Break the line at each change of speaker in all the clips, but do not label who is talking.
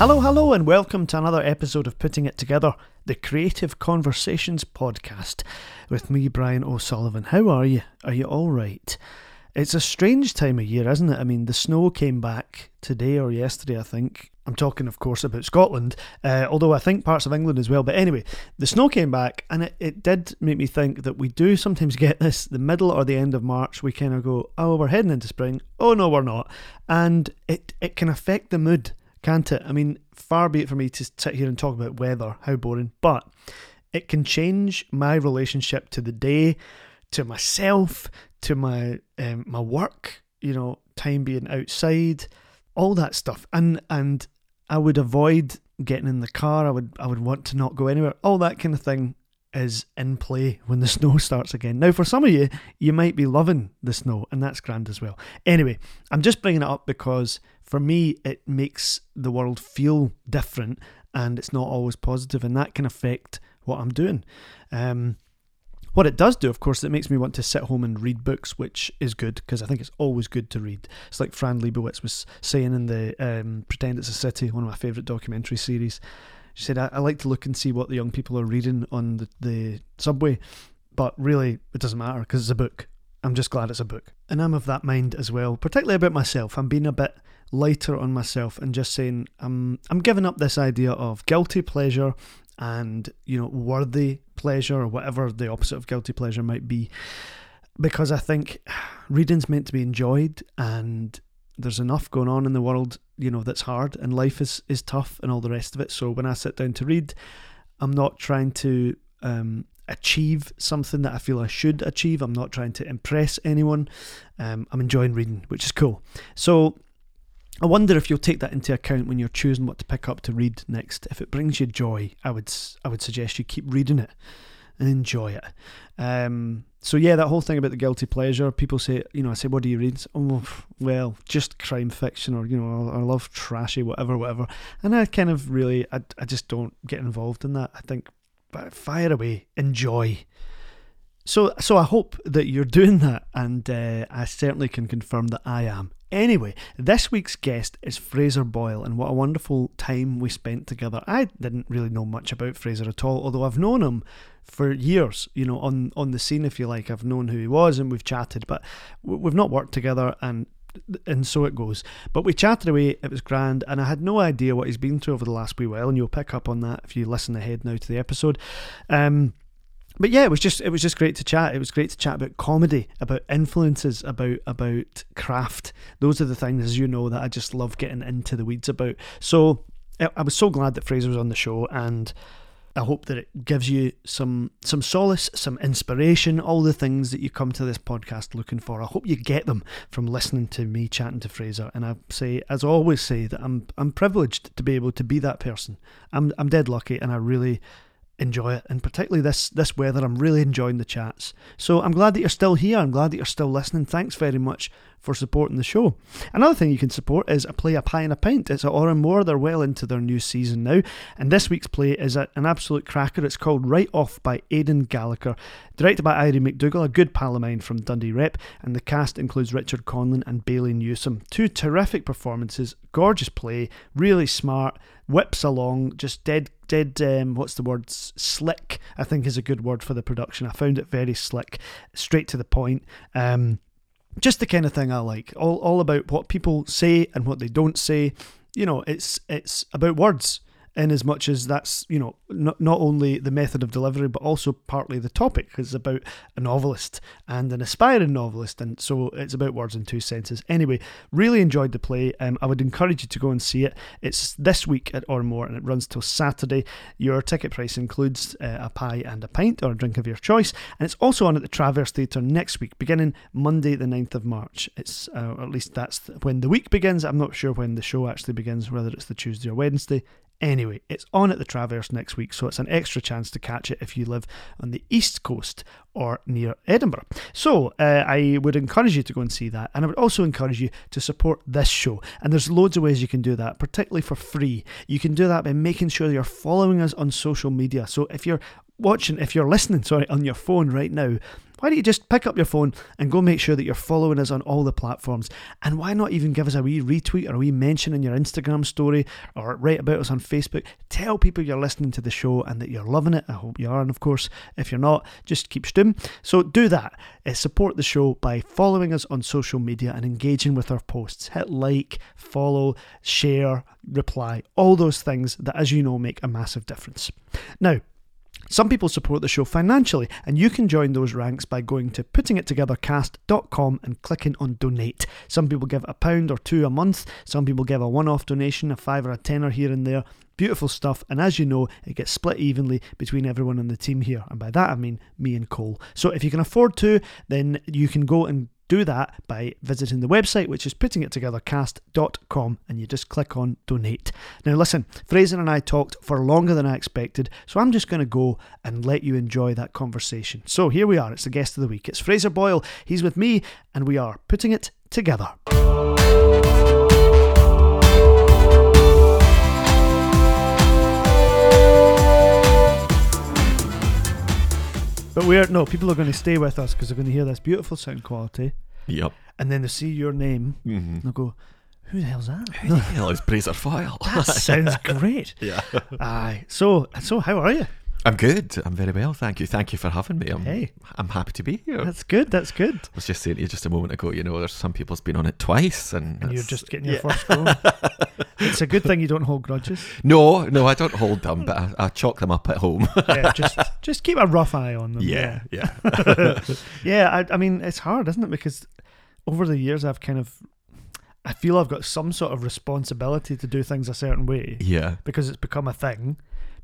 Hello, hello, and welcome to another episode of Putting It Together, the Creative Conversations podcast, with me, Brian O'Sullivan. How are you? Are you all right? It's a strange time of year, isn't it? I mean, the snow came back today or yesterday, I think. I'm talking, of course, about Scotland, uh, although I think parts of England as well. But anyway, the snow came back, and it, it did make me think that we do sometimes get this the middle or the end of March. We kind of go, oh, we're heading into spring. Oh, no, we're not. And it, it can affect the mood can't it? I mean, far be it for me to sit here and talk about weather, how boring, but it can change my relationship to the day, to myself, to my um, my work, you know, time being outside, all that stuff. And and I would avoid getting in the car. I would I would want to not go anywhere. All that kind of thing is in play when the snow starts again. Now, for some of you, you might be loving the snow, and that's grand as well. Anyway, I'm just bringing it up because for me, it makes the world feel different and it's not always positive, and that can affect what I'm doing. Um, what it does do, of course, it makes me want to sit home and read books, which is good because I think it's always good to read. It's like Fran Lebowitz was saying in the um, Pretend It's a City, one of my favourite documentary series. She said, I, I, like to look and see what the young people are reading on the, the subway, but really it doesn't matter because it's a book. I'm just glad it's a book. And I'm of that mind as well, particularly about myself. I'm being a bit lighter on myself and just saying, I'm, I'm giving up this idea of guilty pleasure and, you know, worthy pleasure or whatever the opposite of guilty pleasure might be. Because I think reading's meant to be enjoyed and there's enough going on in the world, you know, that's hard and life is, is tough and all the rest of it. So when I sit down to read, I'm not trying to um, achieve something that I feel I should achieve. I'm not trying to impress anyone. Um, I'm enjoying reading, which is cool. So I wonder if you'll take that into account when you're choosing what to pick up to read next. If it brings you joy, I would I would suggest you keep reading it and enjoy it. Um, so yeah, that whole thing about the guilty pleasure. People say, you know, I say, what do you read? It's, oh, well, just crime fiction, or you know, I, I love trashy, whatever, whatever. And I kind of really, I, I just don't get involved in that. I think, but fire away, enjoy. So, so I hope that you're doing that, and uh, I certainly can confirm that I am. Anyway, this week's guest is Fraser Boyle, and what a wonderful time we spent together. I didn't really know much about Fraser at all, although I've known him for years, you know, on, on the scene, if you like. I've known who he was and we've chatted, but we've not worked together, and and so it goes. But we chatted away, it was grand, and I had no idea what he's been through over the last wee while, and you'll pick up on that if you listen ahead now to the episode. Um, but yeah, it was just it was just great to chat. It was great to chat about comedy, about influences, about about craft. Those are the things, as you know, that I just love getting into the weeds about. So I was so glad that Fraser was on the show, and I hope that it gives you some some solace, some inspiration, all the things that you come to this podcast looking for. I hope you get them from listening to me chatting to Fraser. And I say, as I always say, that I'm I'm privileged to be able to be that person. I'm I'm dead lucky, and I really enjoy it and particularly this this weather i'm really enjoying the chats so i'm glad that you're still here i'm glad that you're still listening thanks very much for supporting the show another thing you can support is a play a pie and a pint it's at Oranmore they're well into their new season now and this week's play is a, an absolute cracker it's called Right Off by Aidan Gallagher directed by Irene McDougall a good pal of mine from Dundee Rep and the cast includes Richard Conlon and Bailey Newsom two terrific performances gorgeous play really smart whips along just dead dead um, what's the word slick i think is a good word for the production i found it very slick straight to the point um, just the kind of thing i like all, all about what people say and what they don't say you know it's it's about words in as much as that's you know not, not only the method of delivery but also partly the topic is about a novelist and an aspiring novelist and so it's about words in two senses anyway really enjoyed the play um, i would encourage you to go and see it it's this week at ormore and it runs till saturday your ticket price includes uh, a pie and a pint or a drink of your choice and it's also on at the traverse theatre next week beginning monday the 9th of march it's uh, at least that's when the week begins i'm not sure when the show actually begins whether it's the tuesday or wednesday Anyway, it's on at the Traverse next week, so it's an extra chance to catch it if you live on the East Coast or near Edinburgh. So uh, I would encourage you to go and see that, and I would also encourage you to support this show. And there's loads of ways you can do that, particularly for free. You can do that by making sure you're following us on social media. So if you're watching, if you're listening, sorry, on your phone right now, why don't you just pick up your phone and go make sure that you're following us on all the platforms? And why not even give us a wee retweet or a wee mention in your Instagram story or write about us on Facebook? Tell people you're listening to the show and that you're loving it. I hope you are. And of course, if you're not, just keep stum. So do that. Uh, support the show by following us on social media and engaging with our posts. Hit like, follow, share, reply, all those things that, as you know, make a massive difference. Now, some people support the show financially, and you can join those ranks by going to puttingittogethercast.com and clicking on donate. Some people give a pound or two a month, some people give a one off donation, a five or a tenner here and there. Beautiful stuff, and as you know, it gets split evenly between everyone on the team here, and by that I mean me and Cole. So if you can afford to, then you can go and do that by visiting the website, which is puttingittogethercast.com, and you just click on donate. Now, listen, Fraser and I talked for longer than I expected, so I'm just going to go and let you enjoy that conversation. So here we are, it's the guest of the week. It's Fraser Boyle, he's with me, and we are putting it together. But we're no people are going to stay with us because they're going to hear this beautiful sound quality,
Yep.
and then they see your name.
Mm-hmm.
and They'll go, "Who the hell's that?"
Hell, it's Brazer File.
That sounds great.
yeah.
Aye. So, so how are you?
I'm good. I'm very well, thank you. Thank you for having me. I'm,
Hey.
I'm happy to be here. I
That's good. That's good.
was just saying to you just a moment ago, you know, there's some people's been on it twice and,
And you're
it's-
just getting your first go. it's a good thing you don't hold grudges.
No, no, I don't hold them, but I, I chalk them up at home.
Yeah, just just keep a rough eye on them.
yeah, yeah.
Yeah, I, I mean, it's hard, isn't it? Because over the years, I've kind of, I feel I've got some sort of responsibility to do things a certain way
Yeah.
because it's become a thing.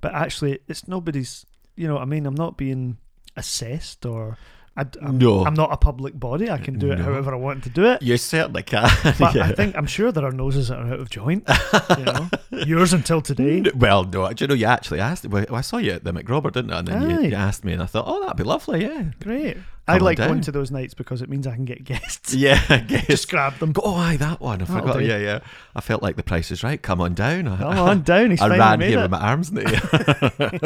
But actually, it's nobody's. You know, what I mean, I'm not being assessed or. I, am
No.
I'm not a public body. I can do it
No.
however I want to do it.
You certainly can.
But I
yeah.
think I'm sure there are noses that are out of joint. You know, yours until today.
N- Well, no, do you know, you actually asked. Well, I saw you at the McRobert, didn't I? And then
Aye.
you, you asked me, and I thought, oh, that'd be lovely, yeah.
Great. I
Come
like
on
going
down.
to those nights because it means I can get guests.
Yeah, I guess.
Just grab them.
Oh, aye, that one. I
That'll
forgot.
do.
Yeah, yeah. I felt like the price is right. Come on down. I,
Come on down. He's
I
finally
ran
made
here
it.
with my arms in the air.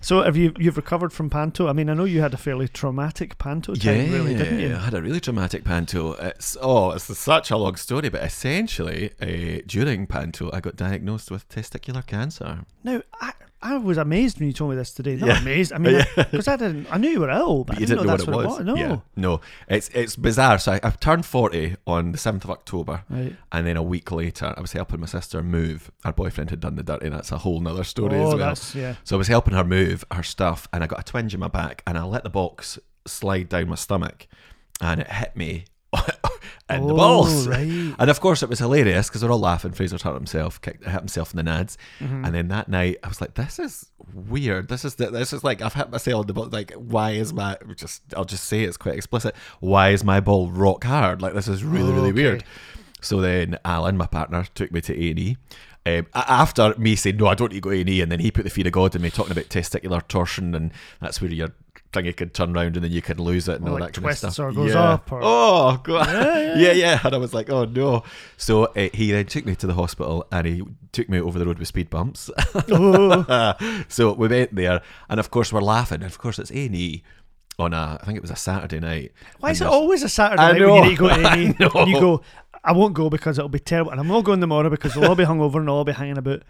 So have you you've recovered from panto? I mean, I know you had a fairly traumatic panto time, really, didn't
I
you?
had a really dramatic panto. It's oh, it's such a long story, but essentially, uh, during panto, I got diagnosed with testicular cancer.
Now I, I was amazed when you told me this today. Not
Yeah.
amazed. I mean, because I, didn't. I knew you were ill, but, I
you
didn't,
didn't
know,
know
that's
what it was.
No.
Yeah, no, it's it's bizarre. So I, I turned forty on the seventh of October,
Right.
and then a week later, I was helping my sister move. Our boyfriend had done the dirty. That's a whole nother story
Oh,
as well.
that's yeah.
So I was helping her move her stuff, and I got a twinge in my back, and I let the box slide down my stomach, and it hit me in the
Oh,
balls.
right.
And of course, it was hilarious because they're all laughing. Fraser's hurt himself, kicked, hit himself in the nads, and then that night I was like, "This is weird. This is this is like I've hit myself in the balls. Like, why is my just? I'll just say it's quite explicit. Why is my ball rock hard? Like, this is really really
Okay.
weird." So then Alan, my partner, took me to A and E. Um, a- after me saying no, I don't need to go A and E, and then he put the fear of God in me, talking about testicular torsion, and that's where your thingy could turn round and then you can lose it and
Or
all
like
that kind of
twists
stuff.
or goes
yeah.
up or-
oh god, yeah yeah. And I was like, oh no. So uh, he then took me to the hospital and he took me over the road with speed bumps.
Oh,
so we went there, and of course we're laughing. Of course it's A and E on a, I think it was a Saturday night.
why
And
is it
there's-
always a Saturday
I
night when you
know,
need to go to
I
A&E
know.
and you go? I won't go because it'll be terrible, and I'm not going tomorrow because I'll all be hungover and I'll all be hanging about.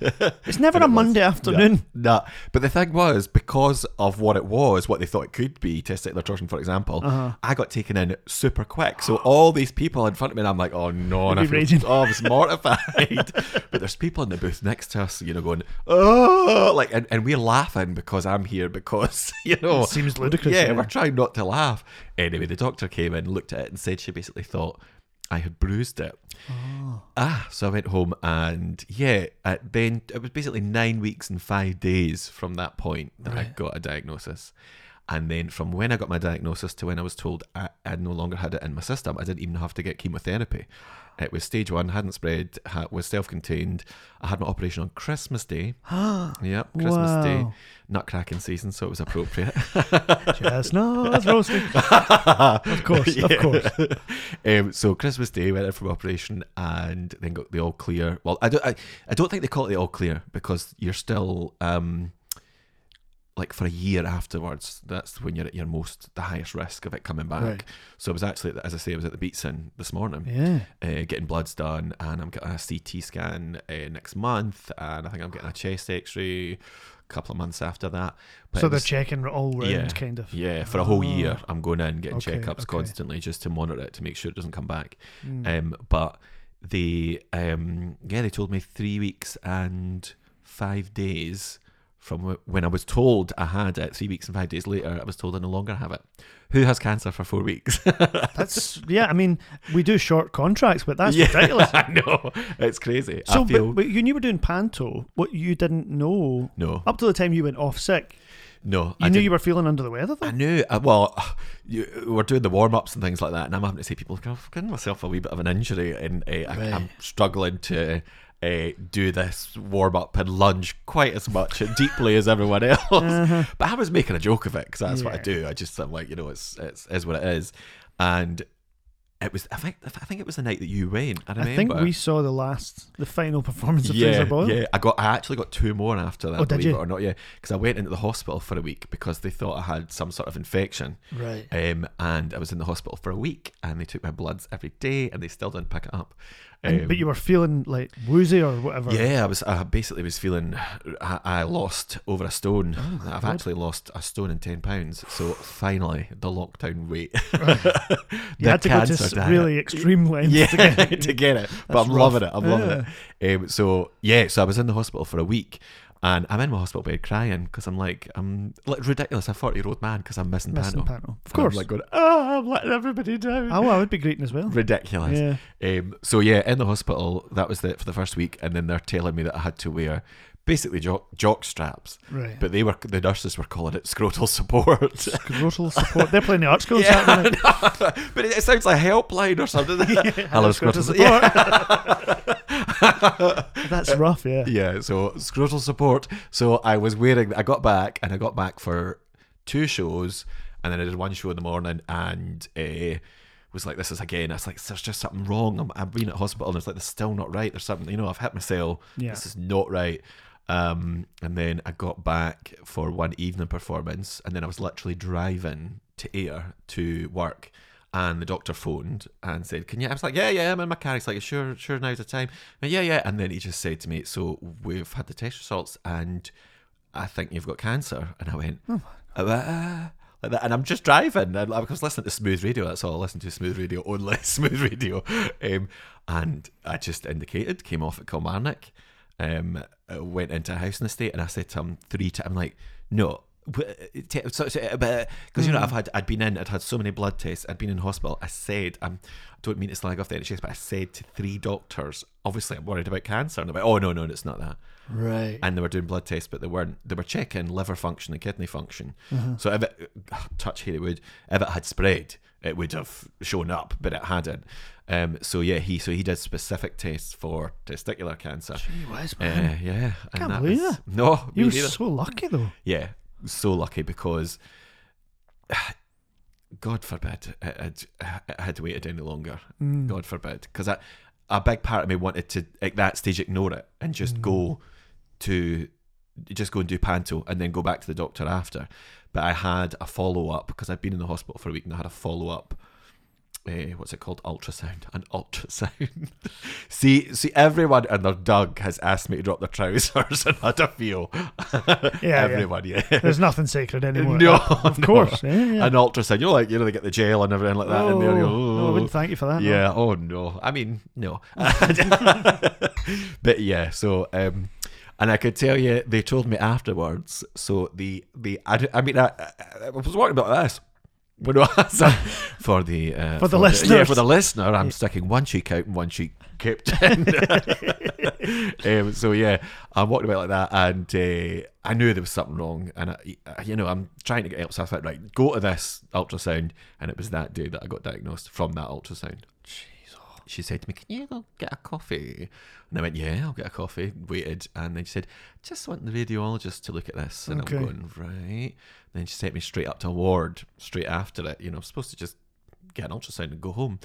It's never a Monday afternoon.
No, no. but the thing was because of what it was, what they thought it could be, testicular torsion, for example.
Uh-huh.
I got taken in super quick, so all these people in front of me, and I'm like, oh no, and I
You'd be raging.
feel, oh, I was mortified. but there's people in the booth next to us, you know, going, oh, like, and, and we're laughing because I'm here because you know,
It seems ludicrous,
Yeah,
yeah.
we're trying not to laugh. Anyway, the doctor came in, looked at it, and said she basically thought. I had bruised it. Ah, so I went home and yeah, uh, then it was basically nine weeks and five days from that point that I got a diagnosis. And then from when I got my diagnosis to when I was told I, I no longer had it in my system, I didn't even have to get chemotherapy. It was stage one, hadn't spread, ha- was self contained. I had my operation on Christmas Day. yep, Christmas Day,
Wow.
nutcracking season, so it was appropriate.
Chestnuts roasting. of course, of course.
um, so Christmas Day went in from operation and then got the all clear. Well, I don't, I, I don't think they call it the all clear because you're still um, like for a year afterwards, that's when you're at your most, the highest risk of it coming back.
Right.
So I was actually, as I say, I was at the Beats Inn this morning
Yeah.
uh, getting bloods done, and I'm getting a CT scan uh, next month, and I think I'm getting a chest X-ray a couple of months after that. But
so
it
they're
was-
checking all round,
yeah,
kind of.
yeah, for a whole
Ah.
year, I'm going in getting
Okay,
checkups
okay.
constantly just to monitor it to make sure it doesn't come back.
Mm.
Um, but they, um, yeah, they told me three weeks and five days from wh- when I was told I had it. Three weeks and five days later, I was told I no longer have it. Who has cancer for four weeks?
That's yeah. I mean, we do short contracts, but that's
Yeah,
ridiculous.
I know it's crazy.
So,
I feel
but, but when you were doing Panto, what you didn't know
no,
up to the time you went off sick,
no.
you
I
knew
didn't-
you were feeling under the weather.
I
Though.
knew. Uh, well, you, we're doing the warm ups and things like that, and I'm having to say, people, I've given myself a wee bit of an injury, and uh, I,
Right.
I'm struggling to uh, do this warm up and lunge quite as much and deeply as everyone else. But I was making a joke of it because that's what I
Uh-huh. Yeah.
do. I just I'm like, you know, it's it's is what it is, and. It was. I think. I think it was the night that you went. I remember.
I think we saw the last, the final performance of
yeah,
Fraser Boyle.
Yeah, I got. I actually got two more after that.
Oh, did
believe
you?
it or not? Yeah, because I went into the hospital for a week because they thought I had some sort of infection.
Right.
Um, and I was in the hospital for a week, and they took my bloods every day, and they still didn't pick it up. Um,
And, but you were feeling like woozy or whatever.
yeah, I was. I basically was feeling. I, I lost over a stone.
Oh
I've actually lost a stone and ten pounds. So finally, the lockdown weight.
You had to go to s- really extreme lengths.
yeah,
to get-
to get it. But
That's
I'm
rough.
loving it. I'm loving it. Um, so yeah, so I was in the hospital for a week, and I'm in my hospital bed crying because I'm like, I'm like ridiculous. A forty year old man because I'm missing,
Missing
Pano.
Panto. Of
And I'm
course.
like going, oh, I'm letting everybody down.
oh, I would be greeting as well.
Ridiculous.
Yeah.
Um, so yeah, in the hospital, that was it for the first week, and then they're telling me that I had to wear basically jock, jock straps,
Right.
but they were the nurses were calling it scrotal support.
Scrotal support. They're playing the art schools.
Yeah,
aren't they?
I know. but it, it sounds like helpline or something. Hello, scrotal support.
That's rough, yeah.
Yeah, so scrotal support. So I was wearing. I got back, and I got back for two shows, and then I did one show in the morning, and uh, was like, "This is again." I was like, "There's just something wrong." I'm, I've been at hospital, and it's like, "This is still not right." There's something, you know, I've hit myself.
Yeah.
This is not right. Um, and then I got back for one evening performance, and then I was literally driving to air to work. And the doctor phoned and said, "Can you?" I was like, "Yeah, yeah." I'm in my car. He's like, "Sure, sure. Now's the time." And yeah, yeah. And then he just said to me, "So we've had the test results, and I think you've got cancer." And I went, I went, "Ah," like that. And I'm just driving. And I was listening to smooth radio. That's all I listen to. Smooth radio only. smooth radio. Um, and I just indicated, came off at Kilmarnock, um, uh, went into a house in the state, and I said to him three times, "I'm like, no." Because uh, you know, I've had, I'd been in, I'd had so many blood tests, I'd been in hospital. I said, um, I don't mean to slag off the NHS, but I said to three doctors, obviously, I'm worried about cancer, and they're like, "Oh no, no, it's not that."
Right.
and they were doing blood tests, but they weren't. They were checking liver function and kidney function.
Mm-hmm.
So if it touch here, it would if it had spread, it would have shown up, but it hadn't. Um, so yeah, he so he did specific tests for testicular cancer.
Gee whiz,
Uh,
man.
yeah, and
Can't believe it.
no, me
you were
neither.
so lucky, though.
yeah, so lucky because. God forbid it had, it had waited any longer.
Mm.
God forbid, because a big part of me wanted to at that stage ignore it and just
Mm.
go to just go and do panto and then go back to the doctor after. But I had a follow up because I'd been in the hospital for a week and I had a follow up. Uh, what's it called? Ultrasound. An ultrasound. see, see, everyone and their Doug has asked me to drop their trousers and had a feel.
yeah.
everyone, yeah.
There's nothing sacred anymore.
No,
of
no.
course. Yeah, yeah.
An ultrasound. You're like, you know, they get the gel and everything like that in there. You're,
Oh, no, I wouldn't thank you for that. no.
yeah. Oh no. I mean, no. but yeah. So, um, and I could tell you, they told me afterwards. So the the I, d- I mean, I, I- I was worried about this. But no, so- for the uh,
For the
yeah,
listeners.
for the listener, I'm sticking one cheek out and one cheek kept in. um, so yeah, I walked about like that, and uh, I knew there was something wrong, and I, you know, I'm trying to get help. So I thought, right, go to this ultrasound, and it was that day that I got diagnosed from that ultrasound
oh.
she said to me, Can you go get a coffee? And I went, Yeah, I'll get a coffee. Waited. And then she said, Just want the radiologist to look at this. And
Okay.
I'm going, Right. Then she sent me straight up to a ward straight after it. You know, I'm supposed to just get an ultrasound and go home.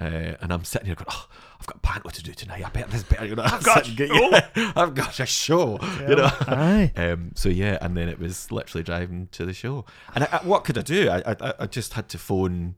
Uh, and I'm sitting here going, oh, I've got panto to do tonight. I better this better. You know, I've
got a
I've got a show. You know.
Aye.
Um, so yeah, and then it was literally driving to the show. And I, I, what could I do? I, I I just had to phone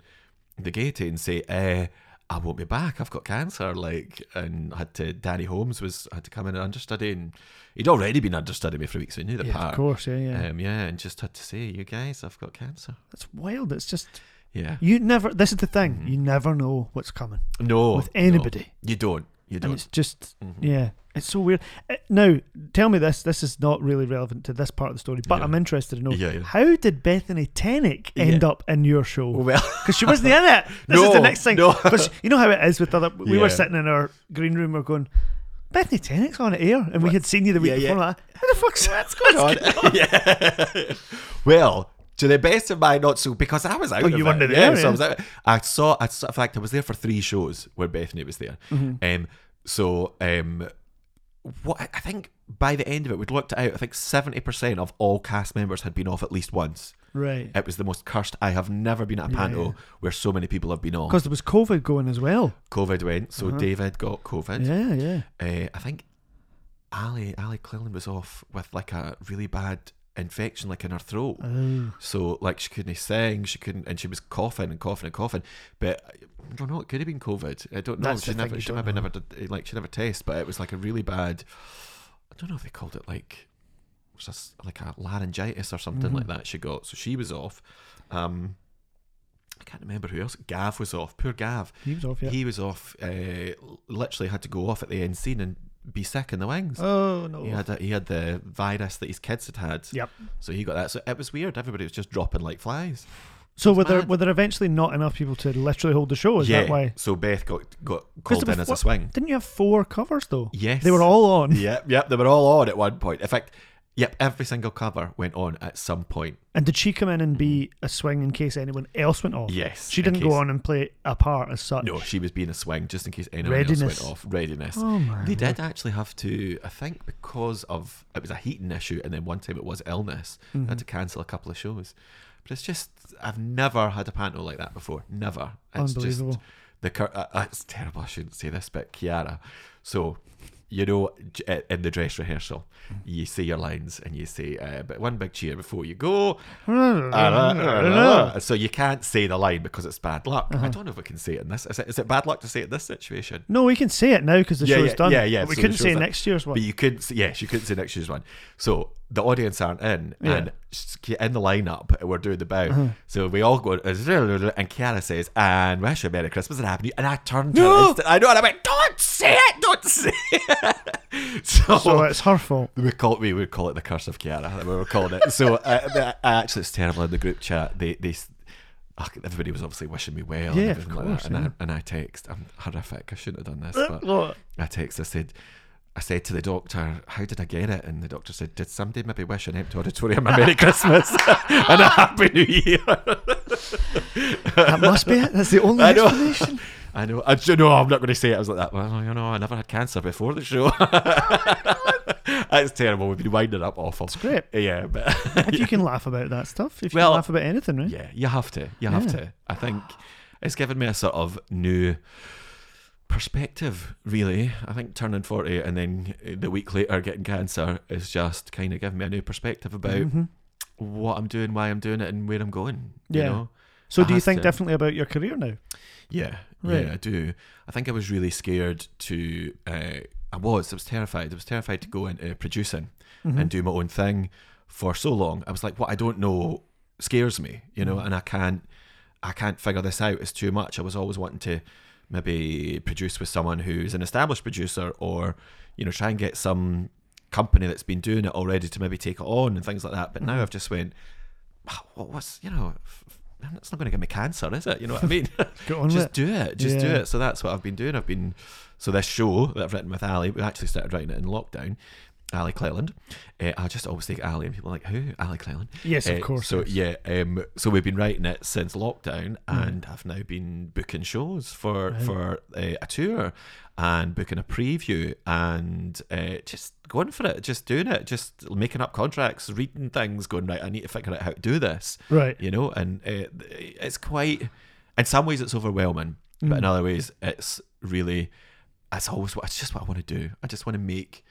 the Gaiety and say, eh, I won't be back. I've got cancer. Like, and I had to. Danny Holmes was had to come in and understudy, and he'd already been understudying me for weeks. So he knew the
Yeah,
part.
of course, yeah, yeah.
Um, yeah, and just had to say, you guys, I've got cancer.
That's wild. It's just
Yeah.
you never. This is the thing. You never know what's coming
No.
with
Mm-hmm. Oh, no.
anybody,
you don't. You
and
don't. Mm-hmm.
it's just yeah. It's so weird. Uh, Now, tell me this. This is not really relevant to this part of the story, but
Yeah.
I'm interested to know
Yeah, yeah.
how did Bethany Tenick end
Yeah.
up in your show?
Well.
because she wasn't in it. This is the
No,
next thing.
no.
But she- you know how it is with other. We were
Yeah.
sitting in our green room. We're going. Bethany Tennick's on air, and we had seen you the week
Yeah, yeah.
before. Like, how the fuck's what's going on?
yeah. Well, to the best of my not so because I was out.
Well,
of
Oh, you
it.
weren't there,
Yeah, so
yeah.
I was out. I saw. I saw. In fact, I was there for three shows where Bethany was there.
Mm-hmm.
Um, so um, what I I think by the end of it, we'd looked it out. I think seventy percent of all cast members had been off at least once.
Right,
It was the most cursed. I have never been at a panto
yeah.
where so many people have been on.
because there was COVID going as well.
COVID went, so David got COVID.
Uh-huh. Yeah, yeah.
Uh, I think Ali Ali Cleland was off with like a really bad infection, like in her throat.
Oh.
So like she couldn't sing, she couldn't, and she was coughing and coughing and coughing. But I don't know, it could have been COVID. I don't know.
That's
she
the thing,
never,
you
she
don't
maybe
know.
never did, like she never test, but it was like a really bad. I don't know if they called it like, was this like a laryngitis or something like
Mm-hmm.
that. She got so she was off. Um, I can't remember who else. Gav was off. Poor Gav.
He was off, yeah.
He was off. Uh, literally had to go off at the end scene and be sick in the wings.
Oh no.
He had he had the virus that his kids had had.
Yep.
So he got that. So it was weird. Everybody was just dropping like flies.
So were there
mad.
were there eventually not enough people to literally hold the show? Oh, Is
yeah.
that why?
So Beth got got
Because
called
there
in
was
as a
what-
swing.
Didn't you have four covers though?
Yes.
They were all on.
Yep. Yep. They were all on at one point. In fact, yep. Every single cover went on at some point.
And did she come in and be a swing in case anyone else went off?
Yes,
She
in
didn't go
case-
on and play a part as such.
No, she was being a swing just in case anyone else
Readiness.
went off. Readiness.
Oh my.
They did actually have to, I think, because of it was a heating issue, and then one time it was illness. They had to cancel a couple of shows. But it's just I've never had a panto like that before. Never. It's Just,
Unbelievable.
the cur- uh, uh, it's terrible. I shouldn't say this, but Kiara. So, you know, j- i- in the dress rehearsal, you say your lines and you say, uh, "But one big cheer before you go." uh, so you can't say the line because it's bad luck. I don't know if we can say it in this. Is it, is it bad luck to say it in this situation?
No, we can say it now because the
yeah,
show's
yeah,
done.
Yeah, yeah.
But we
so the
couldn't say
show's done.
next year's
But
one.
you couldn't. Say, yes, you couldn't say next year's one. So the audience aren't in, and s- in the lineup, we're doing the bow.
Uh-huh.
So we all go, and Kiara says, "And wish you a Merry Christmas and Happy New." And I turned to her.
No!
instant- I know, and I went, "Don't say it! Don't say it!" so.
So Oh, it's her fault.
we call we would call it the curse of Kiara. We were calling it. So uh, but, uh, actually, it's terrible in the group chat. They they s- ugh, everybody was obviously wishing me well.
Yeah,
and
of
everything like
course,
that. And,
yeah. Uh,
I, and I text. I'm horrific. I shouldn't have done this. But
Well,
I text. I said, I said to the doctor, "How did I get it?" And the doctor said, "Did somebody maybe wish an empty auditorium a Merry Christmas and a Happy New Year?"
that must be it. That's the only
I know.
explanation.
I know. I do know. I'm not going to say it. I was like that. Well, you know, I never had cancer before the show. That's terrible. We've been winding up awful. It's
great.
Yeah, but
If you can laugh about that stuff, if you
Well-
can laugh about anything, right?
yeah, you have to. You have
Yeah.
to. I think it's given me a sort of new perspective. Really, I think turning forty and then the week later getting cancer is just kind of giving me a new perspective about
Mm-hmm.
what I'm doing, why I'm doing it, and where I'm going.
Yeah.
You know?
So
I
do you
have
think
to.
differently about your career now?
Yeah,
Right.
yeah, I do. I think I was really scared to. Uh, I was. I was terrified. I was terrified to go into producing and do my own thing for so long. I was like, what I don't know scares me, you know, and I can't. I can't figure this out. It's too much. I was always wanting to maybe produce with someone who's an established producer, or you know, try and get some company that's been doing it already to maybe take it on and things like that. But now I've just went, what, what's you know, f- f- that's not going to give me cancer, is it? You know what I mean?
Get on with
just
it.
do it, just do
Yeah.
it. So that's what I've been doing. I've been so this show that I've written with Ali. We actually started writing it in lockdown. Ali Cleland. Uh, I just always think Ali, and people are like, who? Ali Cleland.
Yes, Hmm. of
Uh,
course,
So yeah, um, so we've been writing it since lockdown, and I've now been booking shows for for uh, a tour, and booking a preview, and uh, just going for it, just doing it, just making up contracts, reading things, going right. I need to figure out how to do this,
Right.
You know, and uh, it's quite. In some ways, it's overwhelming. But in
Mm.
other ways, it's really, it's always what it's just what I want to do. I just want to make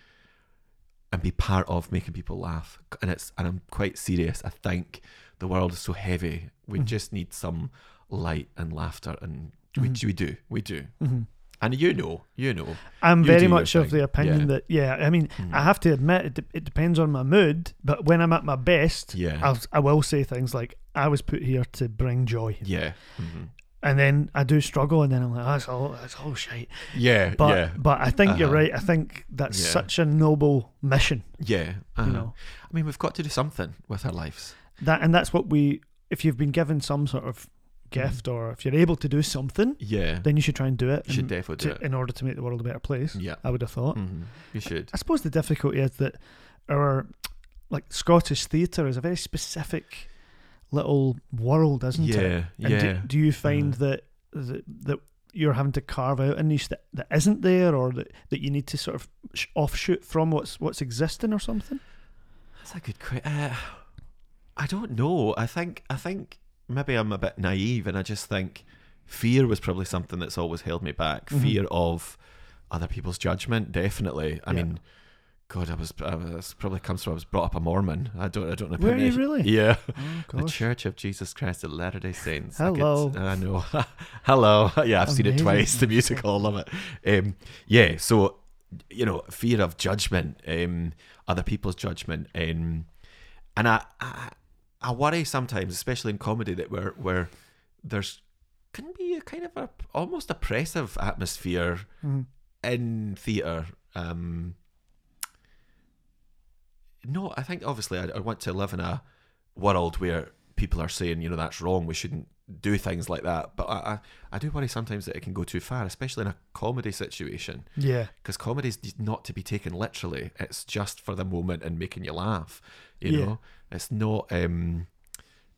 and be part of making people laugh. And it's and I'm quite serious. I think the world is so heavy. We
Mm.
just need some light and laughter, and
Mm.
we we do, we do. And you know, you know,
Mm-hmm.
Hmm.
I'm
You do
very
your
much of
thing.
the opinion
Yeah.
that yeah. I mean, I have to admit it, de- it depends on my mood, but when I'm at my best,
Yeah.
I'll, I will say things like I was put here to bring joy,
yeah, mhm.
and then I do struggle, and then I'm like, oh, that's all, that's all shite.
yeah,
But
yeah,
but I think you're
Uh-huh.
right. I think that's
Yeah.
such a noble mission,
yeah. uh-huh.
you know.
I mean, we've got to do something with our lives.
That and that's what we. If you've been given some sort of gift, or if you're able to do something,
Yeah,
then you should try and do it.
you should
in,
definitely do
to-
it.
in order to make the world a better place.
Yeah,
I would have thought.
hmm you should.
I suppose the difficulty is that our like Scottish theatre is a very specific little world, isn't
yeah,
it? And
yeah.
Do, do you find
Uh.
that, that that you're having to carve out a niche that, that isn't there, or that, that you need to sort of sh- offshoot from what's what's existing, or something?
That's a good question. Uh, I don't know. I think I think maybe I'm a bit naive, and I just think fear was probably something that's always held me back.
Mhm.
Fear of other people's judgment, definitely. I
Yeah.
mean, God, I was. I was this probably comes from I was brought up a Mormon. I don't. I don't know.
Were you really?
Yeah.
Oh
The Church of Jesus Christ of Latter Day Saints.
Hello.
I, could, I know. Hello. Yeah, I've seen it
Amazing.
twice. The musical, love it. Um, yeah. So, you know, fear of judgment, um, other people's judgment, um, and I, I, I worry sometimes, especially in comedy, that we're where there's can be a kind of a almost oppressive atmosphere
Mhm.
in theatre. Um, no, I think obviously I, I want to live in a world where people are saying, you know, that's wrong. We shouldn't do things like that. But I, I, I do worry sometimes that it can go too far, especially in a comedy situation,
Yeah.
because comedy is not to be taken literally. It's just for the moment and making you laugh. You
Yeah.
know, it's not. Um,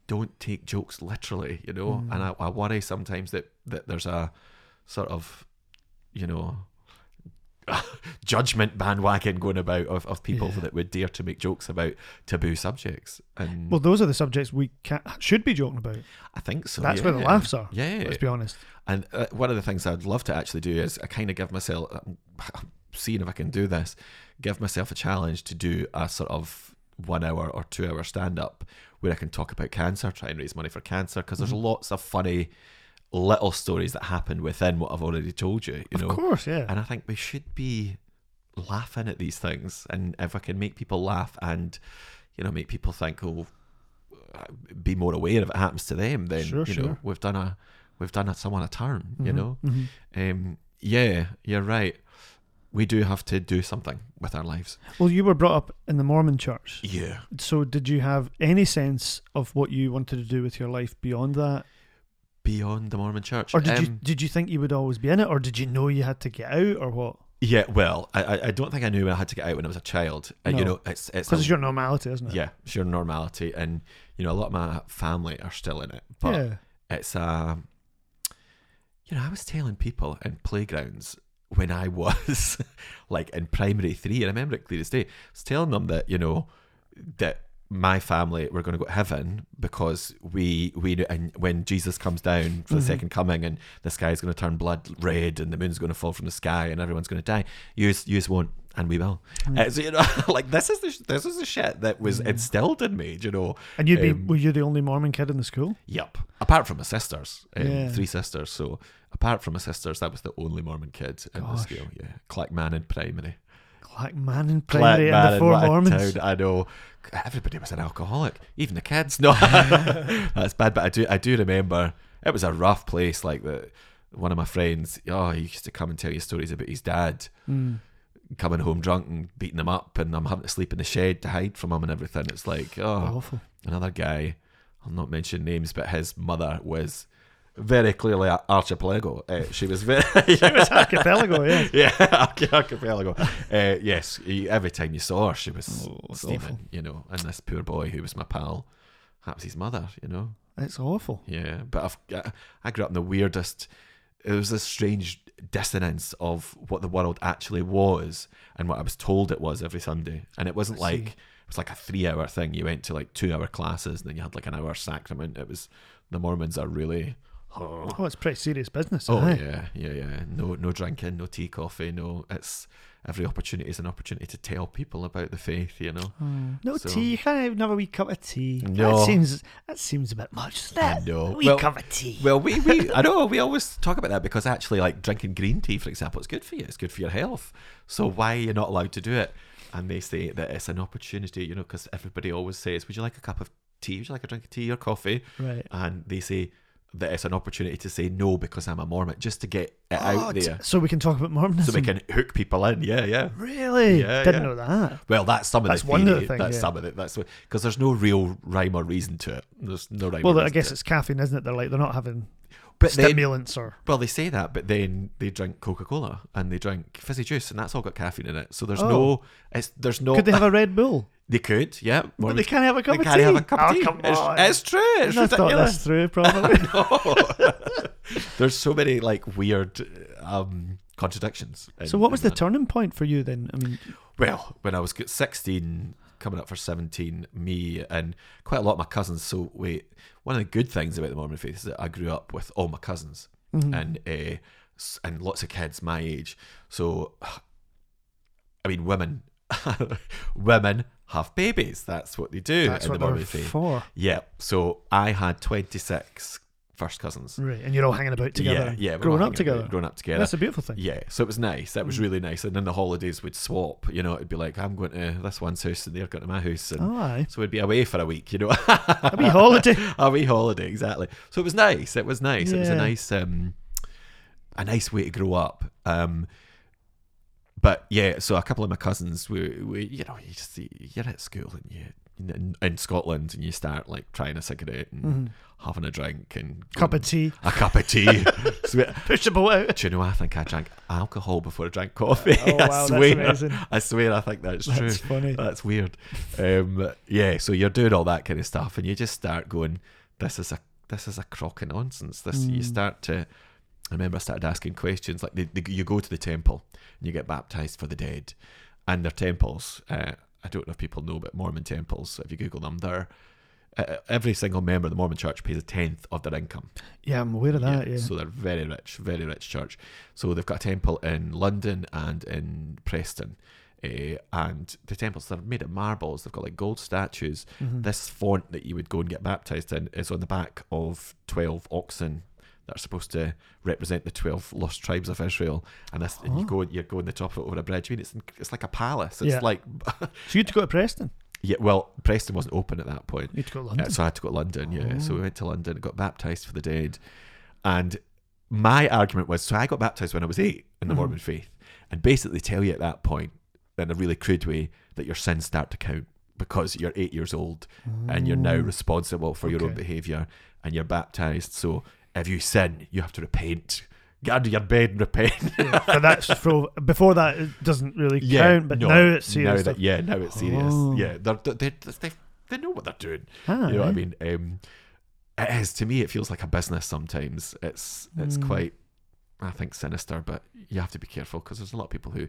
don't take jokes literally. You know,
Mm.
and I, I worry sometimes that that there's a sort of, you know. judgment bandwagon going about of, of people
Yeah.
that would dare to make jokes about taboo subjects and
Well, those are the subjects we can should be joking about.
I think so.
That's where the
yeah.
laughs are.
Yeah.
Let's be honest.
And uh, one of the things I'd love to actually do is I kind of give myself, I'm seeing if I can do this, give myself a challenge to do a sort of one hour or two hour stand up where I can talk about cancer, try and raise money for cancer, because there's lots of funny little stories that happen within what I've already told you, you know.
Of course, yeah.
And I think we should be laughing at these things. And if I can make people laugh and, you know, make people think, oh, be more aware if it happens to them, then
Sure,
you know
sure.
we've done a we've done a, someone a turn. You
Mhm,
know,
mhm.
um, yeah, you're right. We do have to do something with our lives.
Well, you were brought up in the Mormon church.
Yeah.
So, did you have any sense of what you wanted to do with your life beyond that,
Beyond the Mormon Church,
or did you
Um,
did you think you would always be in it, or did you know you had to get out, or what?
Yeah, well, I, I- I don't think I knew when I had to get out when I was a child. Uh,
No.
You know, it's it's,
Because
a-
it's your normality, isn't it?
yeah, it's your normality, and you know a lot of my family are still in it, but
yeah.
it's a you know i was telling people in playgrounds when i was like in primary three and i remember it clear as day i was telling them that you know that my family were going to go to heaven because we we knew- and when jesus comes down for the second coming and the sky's going to turn blood red and the moon's going to fall from the sky and everyone's going to die you you won't and we will Uh, so you know like this is the, sh- this is the shit that was instilled in me do you know
And you'd be
Um,
were you the only Mormon kid in the school?
Yep. Apart from my sisters, um,
Yeah.
three sisters. So apart from my sisters, that was the only Mormon kid in the
Gosh.
school. Yeah, Clackmannan Primary.
Like man in primary and the
Clackmannan,
four
what a
Mormons.
town, I know. Everybody was an alcoholic, even the kids. No, that's bad. But I do, I do remember it was a rough place. Like the one of my friends, oh, he used to come and tell you stories about his dad
Mm.
coming home drunk and beating him up, and I'm having to sleep in the shed to hide from him and everything. It's like, oh,
Awful.
another guy, I'll not mention names, but his mother was very clearly a archipelago. Uh, she was very.
Archipelago, yeah.
Yeah, arch- archipelago. Uh, yes, he, every time you saw her, she was
Oh, that's awful.
steaming, you know. And this poor boy who was my pal, that was his mother, you know.
It's awful.
Yeah, but I've, I, I grew up in the weirdest. It was this strange dissonance of what the world actually was and what I was told it was every Sunday. And it
I
wasn't
see.
like it was like a three-hour thing. You went to like two-hour classes, and then you had like an hour sacrament. It was the Mormons are really Oh,
Oh, it's pretty serious business.
Oh,
aye.
yeah, yeah, yeah. No, no drinking, no tea, coffee. No, it's every opportunity is an opportunity to tell people about the faith. You know.
Hmm. No
So-
tea. You can't even have a wee cup of tea.
No.
That seems that seems a bit much. doesn't
I
it?
know.
A wee
Well-
cup of tea.
Well, we, we I know we always talk about that because actually, like drinking green tea, for example, it's good for you. It's good for your health. So why are you not allowed to do it? And they say that it's an opportunity, you know, because everybody always says, "Would you like a cup of tea? Would you like a drink of tea or coffee?"
right.
And they say that it's an opportunity to say no because I'm a Mormon, just to get it
Oh,
out
t-
there,
so we can talk about Mormonism.
so we can hook people in. Yeah, yeah.
Really?
Yeah,
Didn't
yeah.
know that.
Well, that's some of
That's
the
one of the
theory.
things,
that's
yeah.
some of it. That's because there's no real rhyme or reason to it. There's no rhyme.
Well,
or
I
reason
guess
to it.
it's caffeine, isn't it? They're like they're not having
But then-
stimulants or
Well, they say that, but then they drink Coca Cola and they drink fizzy juice, and that's all got caffeine in it. So there's no, it's there's no.
Oh. could they have a Red Bull?
They could, yeah.
But
Well,
they can't have a
they
cup of
can't
tea.
have a cup of
oh,
tea.
Come
It's-
on.
It's, true. It's
I've thought this
ridiculous.
through probably.
No. there's so many like weird um, contradictions. in-
so what was
in
the turning point for you then? I mean,
Well, when I was g- 16, coming up for 17, me and quite a lot of my cousins. So, wait, one of the good things about the Mormon faith is that I grew up with all my cousins
mm, Hmm.
and uh, s- and lots of kids my age. So, I mean, women, women have babies. That's what they do
that's
in
what
the
they're
Mormon faith.
for.
yeah. So I had 26 first cousins.
Right. And you're all hanging about Mm, together.
Yeah, yeah, we were
Growing
all
up
hanging about,
together.
Growing up together.
That's Mm. a beautiful thing.
Yeah, so it was nice. That was really nice. And then the holidays would swap. You know, it'd be like I'm going to this one's house and they're going to my house, and
Oh, aye.
so we'd be away for a week. You know,
A wee holiday.
a wee holiday exactly. So it was nice. It was nice. It was a
Yeah.
nice, um, a nice way to grow up. Um, but yeah, so a couple of my cousins, we, we you know, you just you're at school and you. In, in Scotland, and you start like trying a cigarette and having a drink and
Mm-hmm. Cup of tea.
a cup of tea. So we-
Push the boat out.
do you know? I think I drank alcohol before I drank coffee.
Oh, wow,
I
that's
swear,
amazing.
I swear, I think that's, true. Uh,
That's funny.
That's weird. Um, yeah, so you're doing all that kind of stuff, and you just start going, "This is a this is a crock of nonsense." This you start to. I remember I started asking questions like, they, they, "You go to the temple and you get baptized for the dead, and their temples. Uh, I don't know if people know, but Mormon temples. If you Google them, they're uh, every single member of the Mormon Church pays a tenth of their income.
Yeah, I'm aware of
Yeah,
that. Yeah.
So they're very rich, very rich church. So they've got a temple in London and in Preston. eh, and the temples they're made of marbles. They've got like gold statues.
Mm-hmm.
This font that you would go and get baptized in is on the back of twelve oxen that are supposed to represent the twelve lost tribes of Israel. And this, and you go, you're going the top of it over a bridge. I mean, it's it's like a palace. It's
Oh. Yeah.
like,
So you had to go to Preston.
yeah. Well, Preston wasn't open at that point.
You had to go to
Yeah,
London. Oh.
so I had to go to London, yeah. So we went to London and got baptized for the dead. And my argument was so I got baptized when I was eight in the
Mm-hmm.
Mormon faith. And basically tell you at that point, in a really crude way, that your sins start to count because you're eight years old and you're now
Mm.
responsible for your own
Okay.
behavior and you're baptized. So if you sin, you have to repent. Get under your bed and repent.
Yeah, but that's for, before that it doesn't really
yeah,
count. But
no,
now it's
Now
serious.
that-
stuff.
yeah, now it's serious.
Oh.
Yeah, they're, they they they know what they're doing
Ah,
you know what I
right.
mean? Um, it is to me. It feels like a business sometimes. It's it's
Mm.
quite, I think, sinister. But you have to be careful because there's a lot of people who,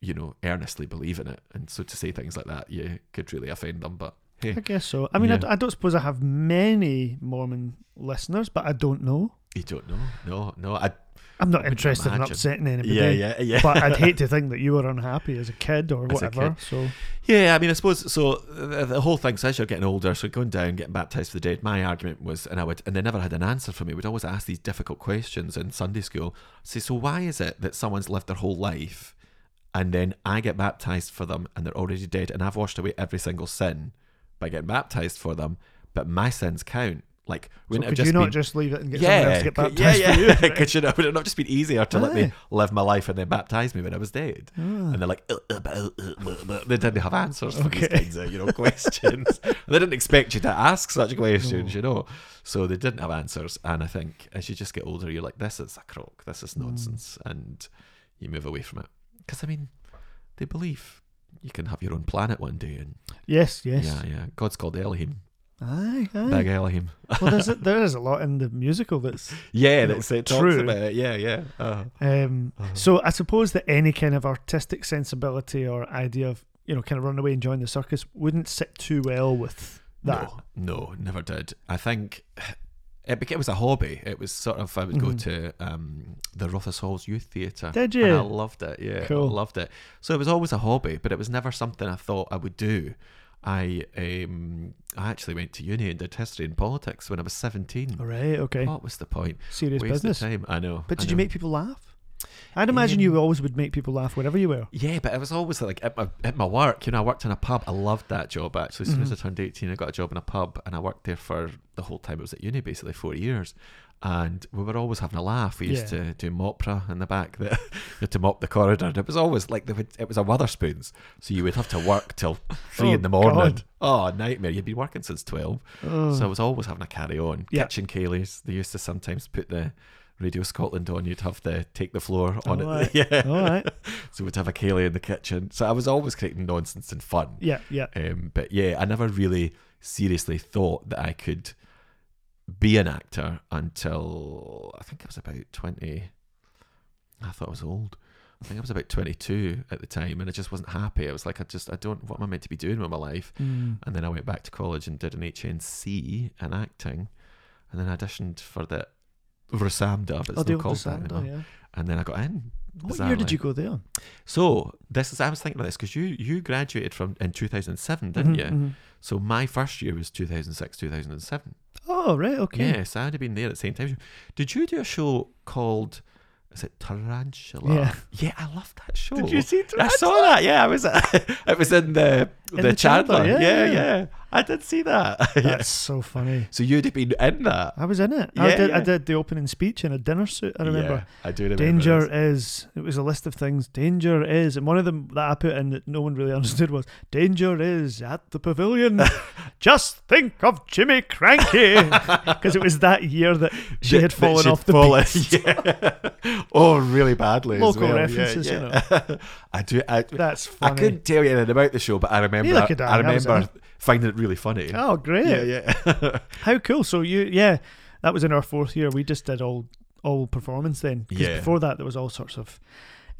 you know, earnestly believe in it, and so to say things like that, you could really offend them. But hey,
I guess so. I mean, I
Yeah.
d- I, don't suppose I have many Mormon listeners, but I don't know.
you don't know. No, no. I
I'm not
wouldn't
interested in
imagine.
upsetting anybody.
yeah, yeah, yeah.
but I'd hate to think that you were unhappy as a kid or
As a
whatever. So
Yeah, I mean, I suppose so. The, the whole thing. So as you're getting older, so going down, getting baptized for the dead. My argument was, and I would, and they never had an answer for me. Would always ask these difficult questions in Sunday school. Say, so why is it that someone's lived their whole life, and then I get baptized for them, and they're already dead, and I've washed away every single sin by getting baptized for them, but my sins count. Like,
So
wouldn't it have
could
just
you not
been-
just leave it and get someone else
yeah,
to get
could-
baptized?
yeah, yeah,
for you? Ah.
Could you not, would it not just been easier to let
Aye.
me live my life and then baptize me when I was dead?
Ah,
And they're like, "Uh, uh, but, uh, uh, but, but," they didn't have answers for these
Okay.
kinds of you know questions. and they didn't expect you to ask such questions, you know. So they didn't have answers. And I think as you just get older, you're like, this is a crock. This is nonsense, and you move away from it. Because I mean, they believe you can have your own planet one day, and
Yes, yes.
yeah, yeah, God's called Elohim,
Aye, aye.
big Elohim.
Well, there's a, there is a lot in the musical that's.
Yeah, that's it. Talks
True.
about it. Yeah, yeah. Uh-huh.
Um, So I suppose that any kind of artistic sensibility or idea of you know kind of run away and join the circus wouldn't sit too well with that.
No, no, never did. I think It, became, it was a hobby. It was sort of I would go to um, the Rothes Halls Youth Theatre.
Mm. Did
And
you?
I loved it. Yeah,
Cool.
I loved it. So it was always a hobby, but it was never something I thought I would do. I um, I actually went to uni and did history and politics when I was seventeen.
All right, okay.
What was the point?
Serious
Waste
business.
of Oh, time. I know.
But
I
did you
know. Um,
make people laugh? I'd imagine you always would make people laugh wherever you were.
Yeah, but it was always like at my, at my work. You know, I worked in a pub. I loved that job actually. As soon
Mm-hmm.
as I turned 18, I got a job in a pub and I worked there for the whole time I was at uni, basically four years. And we were always having a laugh. We used
Yeah.
to do mopra in the back that to mop the corridor. And it was always like they would, it was a Wotherspoons. So you would have to work till three
Oh,
in the morning.
God. Oh.
Oh, nightmare. You'd been working since 12. Oh. So I was always having a carry on.
Yeah.
Kitchen Kayleys, they used to sometimes put the Radio Scotland on. You'd have to take the floor on it.
All right.
Yeah.
All right.
So we'd have a Kaylee in the kitchen. So I was always creating nonsense and fun.
Yeah, yeah.
Um, but yeah, I never really seriously thought that I could be an actor until I think I was about 20. I thought I was old. I think I was about 22 at the time and I just wasn't happy. I was like, I just, I don't, what am I meant to be doing with my life?
Mm.
And then I went back to college and did an HNC in acting and then auditioned for the Rosamda, but it's
Oh,
not
the
called that
ultrasound,
anymore.
yeah.
And then I got in.
What year did
bizarrely.
you go there?
So this is I was thinking about this because you you graduated from in 2007, didn't
Mhm,
you?
mhm.
So my first year was 2006, 2007.
Oh, right, okay.
Yeah, so I'd have been there at the same time. Did you do a show called? Is it Tarantula?
Yeah.
yeah, I love that show.
Did you see
I saw that. Yeah, I was. it was in the
In
the,
the Chandler, yeah,
Chandler. yeah,
yeah.
yeah, I did see that. yeah.
That's so funny.
So you'd have been in that.
I was in it. I,
Yeah,
did, I
yeah.
did the opening speech in a dinner suit, I remember.
Yeah, I do remember.
Danger
this.
is. It was a list of things. Danger is, and one of them that I put in that no one really understood was danger is at the pavilion. Just think of Jimmy Cranky, because it was that year that she
That-
had
that
fallen
she'd
off the
fallen,
beast.
yeah. Oh, really badly. as
Local
well. Yeah,
references, you
yeah. I do. I,
That's
I
funny.
couldn't tell you anything about the show, but I remember.
Neither could I,
I,
I was
remember finding it really funny.
Oh, great!
yeah, yeah.
How cool! So you, yeah, that was in our fourth year. We just did all all performance then. 'cause
Yeah.
Before that, there was all sorts of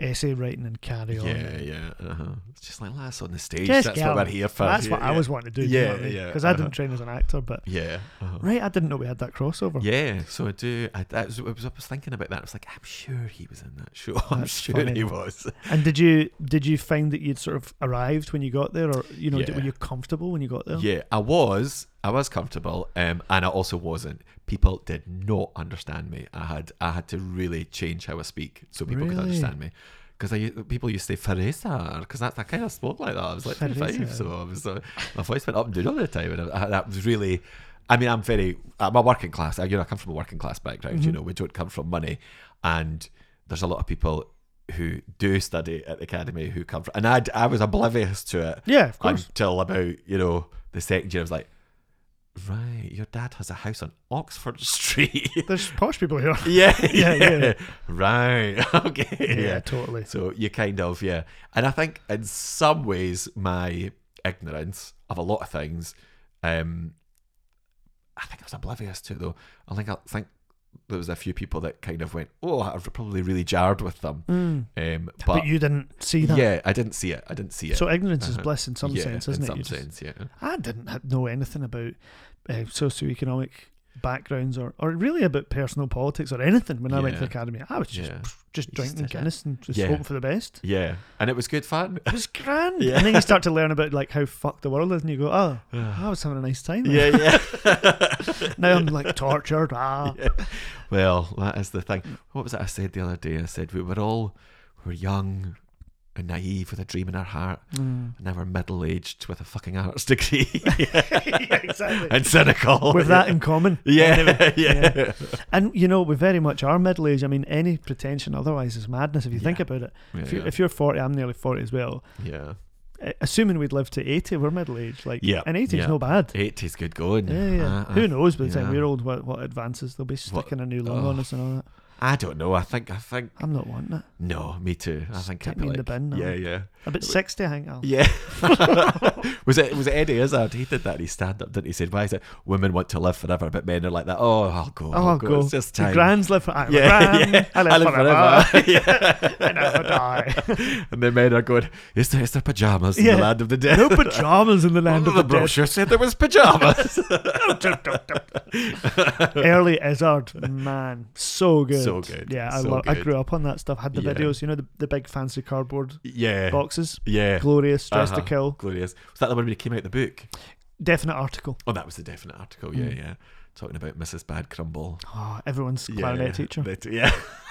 essay writing and carry on.
yeah, yeah. Uh-huh. It's just like that's on the stage.
Just
that's
get
what we're
on.
here for.
That's
yeah,
what
yeah.
I was wanting to do. Yeah,
Yeah, yeah,
Because I
uh-huh.
didn't train as an actor, but
Yeah. uh-huh.
right, I didn't know we had that crossover.
Yeah, so I do. I, that was, I was I was thinking about that. I was like, I'm sure he was in that show. I'm
That's
sure
funny.
he was.
And did you did you find that you'd sort of arrived when you got there, or you know,
Yeah.
were you comfortable when you got there?
Yeah, I was. I was comfortable, um, and I also wasn't. People did not understand me. I had I had to really change how I speak so people could
Really?
understand me. Because I people used to say Farisa because that I kind of spoke like that. I was like twenty
Farisa.
five, so I was uh, my voice went up and down all the time, and I, I- that was really. I mean, I'm very. I'm a working class. You know, I come from a working class background.
Mm-hmm.
You know, we don't come from money, and there's a lot of people who do study at the academy who come from, and I I was oblivious to it
Yeah, of course.
until about you know the second year. I was like, right, your dad has a house on Oxford Street.
There's posh people here.
yeah,
Yeah,
yeah,
yeah.
right, okay,
Yeah,
yeah.
totally.
So you kind of yeah, and I think in some ways my ignorance of a lot of things, um, I think I was oblivious to though. I think I think there was a few people that kind of went, oh, I've probably really jarred with them.
Mm.
Um, but,
But, you didn't see that.
yeah, I didn't see it. I didn't see it.
So ignorance is
Uh-huh.
bliss in some
yeah,
sense, isn't
in
it?
some
You just-
sense, yeah.
I didn't ha- know anything about uh, socioeconomic backgrounds or, or really about personal politics or anything when I went to the
Yeah.
academy. I was just
Yeah.
just
You just
drinking
did it.
Guinness and just
Yeah.
hoping for the best.
Yeah, and it was good fun.
It was grand.
Yeah.
And then you start to learn about like how fucked the world is and you go, oh, I was having a nice time. there."
yeah.
now I'm like tortured. Ah.
Well, that is the thing. What was it I said the other day? I said we were all we were young and naive with a dream in our heart,
Mm.
and now we're middle aged with a fucking arts degree
yeah, exactly.
and cynical.
with that in common.
yeah, yeah,
Yeah. And you know, we very much are middle age. I mean, any pretension otherwise is madness if you think
Yeah.
about it.
yeah,
If, you, if you're 40, I'm nearly 40 as well.
yeah.
Uh, Assuming we'd live to 80, we're middle aged. Like,
Yeah,
and 80 is
yeah.
no bad.
Eighties good going.
Yeah, yeah.
Uh, uh,
Who knows by the time
yeah.
we're old what, what advances they'll be sticking a new lung
oh.
on us and all that.
I don't know. I think I think
I'm not wanting it.
no, me too. I think
Take
I'd be
me in
like,
the bin now.
yeah, yeah,
About 60, I think. I'll.
yeah. was it was it Eddie Izzard? He did that. He stand up, didn't he? He Said why is it women want to live forever, but men are like that. Oh, I'll go.
Oh, I'll go.
It's just
The
time.
Grand's live for I'm a
yeah,
grand.
yeah.
I live, forever.
forever. yeah.
I never die.
And the men are going, is there, is there pajamas in
Yeah.
the land of the dead?
No pajamas in the land of
One of
the
the
dead.
brochure said there was pajamas.
Early Izzard, man, so good.
So good,
Yeah, I
so
love. I
good.
grew up on that stuff. Had the
Yeah.
videos, you know, the, the big fancy cardboard
yeah.
boxes.
Yeah.
Glorious, Dress
Uh-huh.
to Kill,
Glorious. Was that the one when it came out the book?
definite article.
Oh, that was the definite article. Yeah,
Mm.
yeah. Talking about Mrs. Bad Crumble.
Oh, everyone's
Yeah,
clarinet teacher.
that- yeah.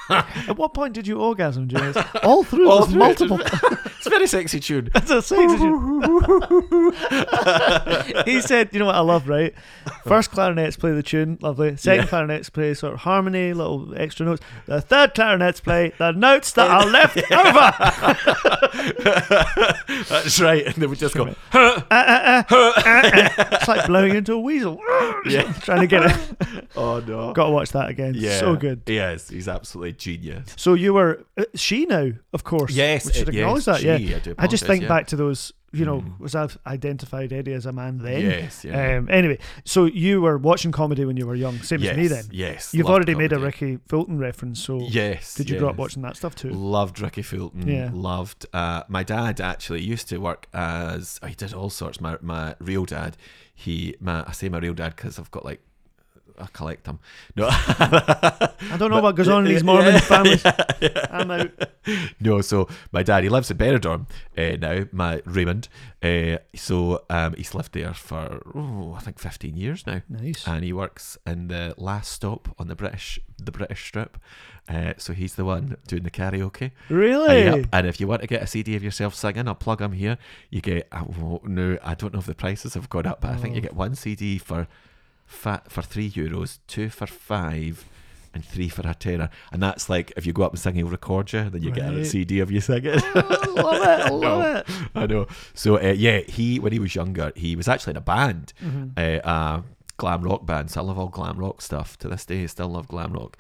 At what point did you orgasm, James? All through
All
was
through it.
multiple.
It's a very sexy tune.
That's a sexy tune. he said, "You know what I love, right? First clarinets play the tune, lovely. Second
Yeah.
clarinets play sort of harmony, little extra notes. The third clarinets play the notes that are left over.
That's right. And they would just go,
Uh, It's like blowing into a weasel.
Yeah.
trying to get it.
oh no.
Got to watch that again.
Yeah.
so good.
He is. He's absolutely genius.
So you were uh, she now, of course.
Yes,
we should
uh,
acknowledge that.
yes,
Yeah,
she, I do
just
apologise,
think
yeah.
back to those. You know,
Mm.
was I've identified Eddie as a man then?
Yes, yeah.
Um, anyway, so you were watching comedy when you were young, same
yes,
as me then.
Yes.
You've
loved
already made a
comedy.
Ricky Fulton reference, so
Yes.
did you grow up
yes.
watching that stuff too?
Loved Ricky Fulton.
Yeah.
Loved. Uh, my dad actually used to work as oh, he did all sorts. My my real dad. He my I say my real dad because I've got like I collect them. No,
I don't know what goes on in these Mormon families. I'm out.
no. So my dad he lives in Benidorm uh, now. My Raymond. Uh, so um, he's lived there for oh, I think fifteen years now.
Nice.
And he works in the last stop on the British, the British Strip. Uh, so he's the one doing the karaoke.
really?
Yep. And if you want to get a CD of yourself singing, I'll plug them here. You get I won't know. I don't know if the prices have gone up, but I think you
Oh.
get one CD for fa- for three euros, two for five, and three for a tenner. And that's like if you go up and sing, he'll record you. Then you get a
Right.
CD of you singing.
Oh, I love it. I love it.
I know. So uh, yeah, he when he was younger, he was actually in a band,
Mhm.
uh, a glam rock band. So I love all glam rock stuff to this day. I still love glam rock.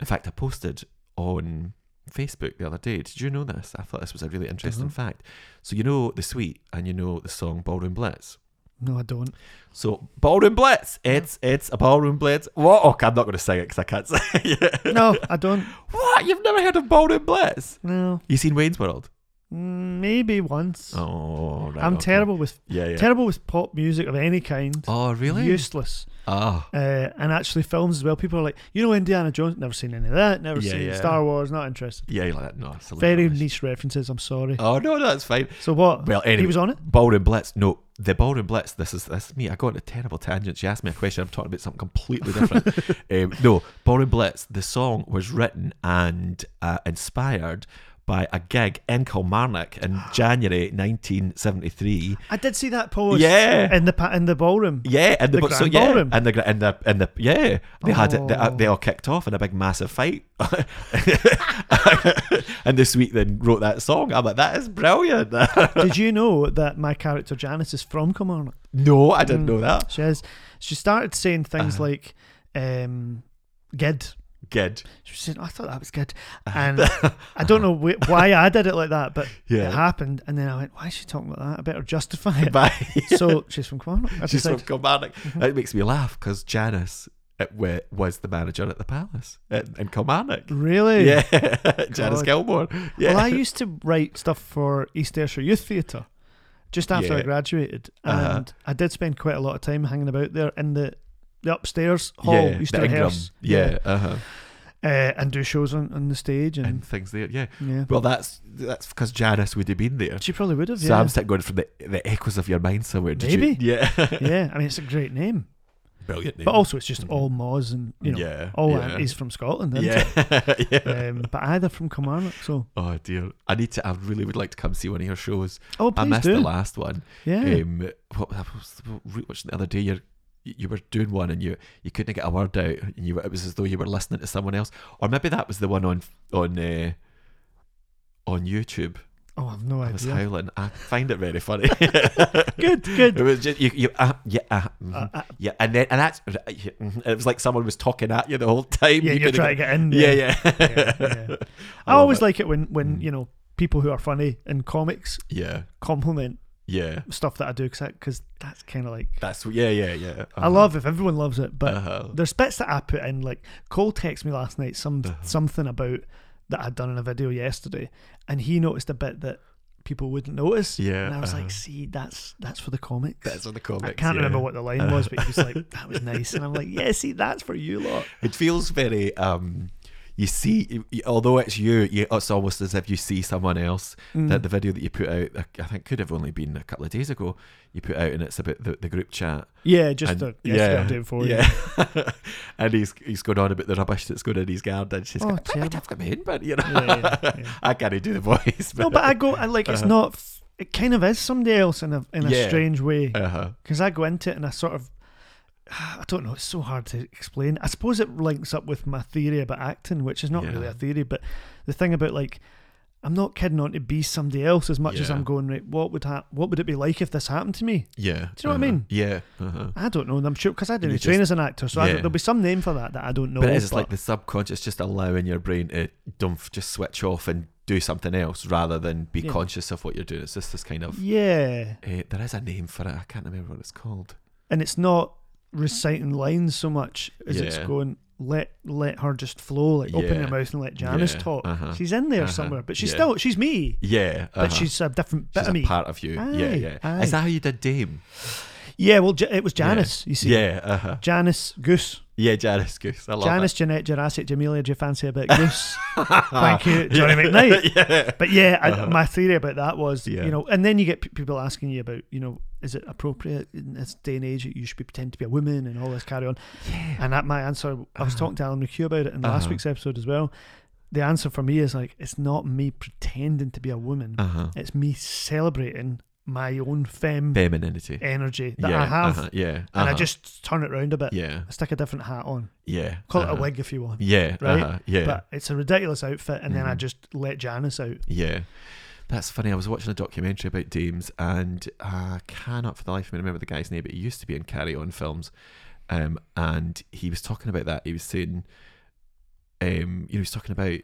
In fact, I posted on Facebook the other day. Did you know this? I thought this was a really interesting
Mhm.
fact. So you know the suite and you know the song Ballroom Blitz.
No, I don't.
So Ballroom Blitz, it's it's a Ballroom Blitz. What? Okay, I'm not going to sing it because I can't sing it.
No, I don't.
What? You've never heard of Ballroom Blitz?
No,
You seen Wayne's World?
Mm, maybe once.
Oh, right,
I'm
okay.
terrible with
Yeah, yeah.
terrible with pop music of any kind.
Oh, really?
Useless.
oh.
Uh, and actually, films as well. People are like, you know, Indiana Jones. Never seen any of that. Never
Yeah,
seen
yeah.
Star Wars. Not interested.
Yeah, you like that? No, it's a little
Very
rubbish.
niche references. I'm sorry.
Oh no, that's fine.
so what?
Well, anyway,
he was on it.
Ballroom Blitz. No, the Ballroom Blitz. This is this is me. I got into terrible tangents. You asked me a question. I'm talking about something completely different. um, no, Ballroom Blitz. The song was written and uh, inspired by a gig in Kilmarnock in January 1973.
I did see that post.
Yeah.
In the pa- in the ballroom.
Yeah, and the,
The
but so
grand
yeah,
ballroom.
and the gra- and the and the yeah, they had it. They, uh,
Oh.
they all kicked off in a big massive fight, and the suite then wrote that song. I'm like, that is brilliant.
Did you know that my character Janice is from Kilmarnock?
no, I didn't
Mm.
know that.
She has. She started saying things
Uh-huh.
like, um, "Gid."
Good.
She was saying, "Oh, "I thought that was good,"
Uh-huh.
and I don't know wh- why I did it like that, but
Yeah.
it happened. And then I went, "Why is she talking like that? I better justify it."
Bye.
so she's from Kilmarnock. I
She's from
decided.
Kilmarnock.
mm-hmm.
That makes me laugh because Janice uh, wa- was the manager at the Palace in, in Kilmarnock.
really.
Yeah, Janice
God.
Gilmore. Yeah.
Well, I used to write stuff for East Ayrshire Youth Theatre just after I
Yeah.
graduated, and
Uh-huh.
I did spend quite a lot of time hanging about there in the, the upstairs hall.
yeah,
used
the
to
Ingram.
rehearse,
Yeah, uh-huh.
uh, and do shows on, on the stage, and,
and things there. Yeah.
yeah,
Well, that's that's because Janice would have been there.
she probably would have.
So
yeah,
I'm sitting going from the, the echoes of your mind somewhere. Did
Maybe.
You? Yeah.
yeah. I mean, it's a great name,
Brilliant name.
but also it's
Mm-hmm.
just all Moz and you know
yeah.
all
yeah.
aunties Oh, from Scotland. isn't it?
Yeah. yeah.
Um, but either from Kilmarnock, so
Oh dear. I need to. I really would like to come see one of your shows.
oh
I
please
missed
do.
the last one.
Yeah,
Um, what was, what was what was the other day? You you were doing one and you you couldn't get a word out. And you were- it was as though you were listening to someone else, or maybe that was the one on on uh, on YouTube.
Oh, I've no
I was
idea.
howling. I find it very funny.
Good,
It
good.
was just you, you, uh, yeah, uh, mhm, yeah, and then and that's yeah, mhm, and it was like someone was talking at you the whole time.
Yeah,
You
you're
couldn't
trying to get in.
Yeah,
there.
yeah, yeah.
yeah, yeah. I,
I love
always
it. Mm.
like it when when you know people who are funny in comics
yeah,
compliment stuff that I do because that's kind of like
That's yeah, yeah, yeah.
I love if everyone loves it, but
Uh-huh.
there's bits that I put in. Like Cole texted me last night some something about that I'd done in a video yesterday, and he noticed a bit that people wouldn't notice.
Yeah,
and I was
uh-huh.
like, see, that's that's for the comics.
That's on the comics.
I can't
yeah.
remember what the line was, but he was like, "That was nice," and I'm like, "Yeah, see, that's for you lot."
It feels very. um You see, you- you- although it's you, you, it's almost as if you see someone else.
Mm.
That the video that you put out, I- I think, could have only been a couple of days ago. You put out, and it's about the, the group chat.
Yeah, just
And-
the yesterday day before. Yeah,
yeah. and he's he's going on about the rubbish that's going in his garden. She's
Oh,
like, I might
terrible.
have come in, but you know,
Yeah, yeah, yeah.
I can't do the voice.
no, but I go and like it's not. f- It kind of is somebody else in a in a
Uh-huh. Yeah.
strange way
uh-huh.
because I go into it and I sort of. I don't know. It's so hard to explain. I suppose it links up with my theory about acting, which is not
Yeah.
really a theory, but the thing about like, I'm not kidding on to be somebody else as much as
Yeah.
I'm going. Right, what would hap- what would it be like if this happened to me?
yeah.
Do you know what I mean?
Yeah. Uh-huh.
I don't know. And I'm sure because I didn't
you
train as
just-
an actor, so I
Yeah.
don't, there'll be some name for that that I don't know.
but it is it's like the subconscious just allowing your brain to dump, just switch off and do something else rather than be
Yeah.
conscious of what you're doing. It's just this kind of.
yeah,
eh, there is a name for it. I can't remember what it's called.
and it's not reciting lines so much as it's
Yeah.
going let let her just flow like open
Yeah.
your mouth and let Janice
Yeah.
talk
Uh-huh.
she's in there
Uh-huh.
somewhere but she's
Yeah.
still she's me
Yeah.
but
uh-huh.
she's a different bit
She's
of
a
me
part of you. yeah,
Aye,
yeah.
aye.
Is that how you did Dame?
yeah well J- it was Janice you see
Yeah. Uh-huh.
Janice Goose
Yeah, Janice Goose. I love
Janice
it.
Jeanette Jurassic Jamelia do you fancy a bit Goose thank you Johnny McKnight
yeah.
But yeah, I, my theory about that was,
Uh-huh. Yeah.
you know, and then you get p- people asking you about, you know, is it appropriate in this day and age? that You should be pretend to be a woman and all this carry on. And that my answer, I was talking to Alan McHugh about it in last
Uh-huh.
week's episode as well. The answer for me is like, it's not me pretending to be a woman.
Uh-huh.
It's me celebrating my own femme
Femininity.
energy Eh, that
yeah,
I have,
Uh-huh. Yeah.
and I
uh-huh.
just turn it round a bit.
Yeah.
I stick a different hat on.
Yeah.
Call it
uh-huh.
a wig if you want.
Yeah.
right?
Uh-huh. Yeah. Mm-hmm.
But it's a ridiculous outfit, and then I just let Janice out.
yeah. That's funny. I was watching a documentary about dames, and I cannot for the life of me remember the guy's name, but he used to be in Carry On films, um, and he was talking about that. He was saying, um, you know, he was talking about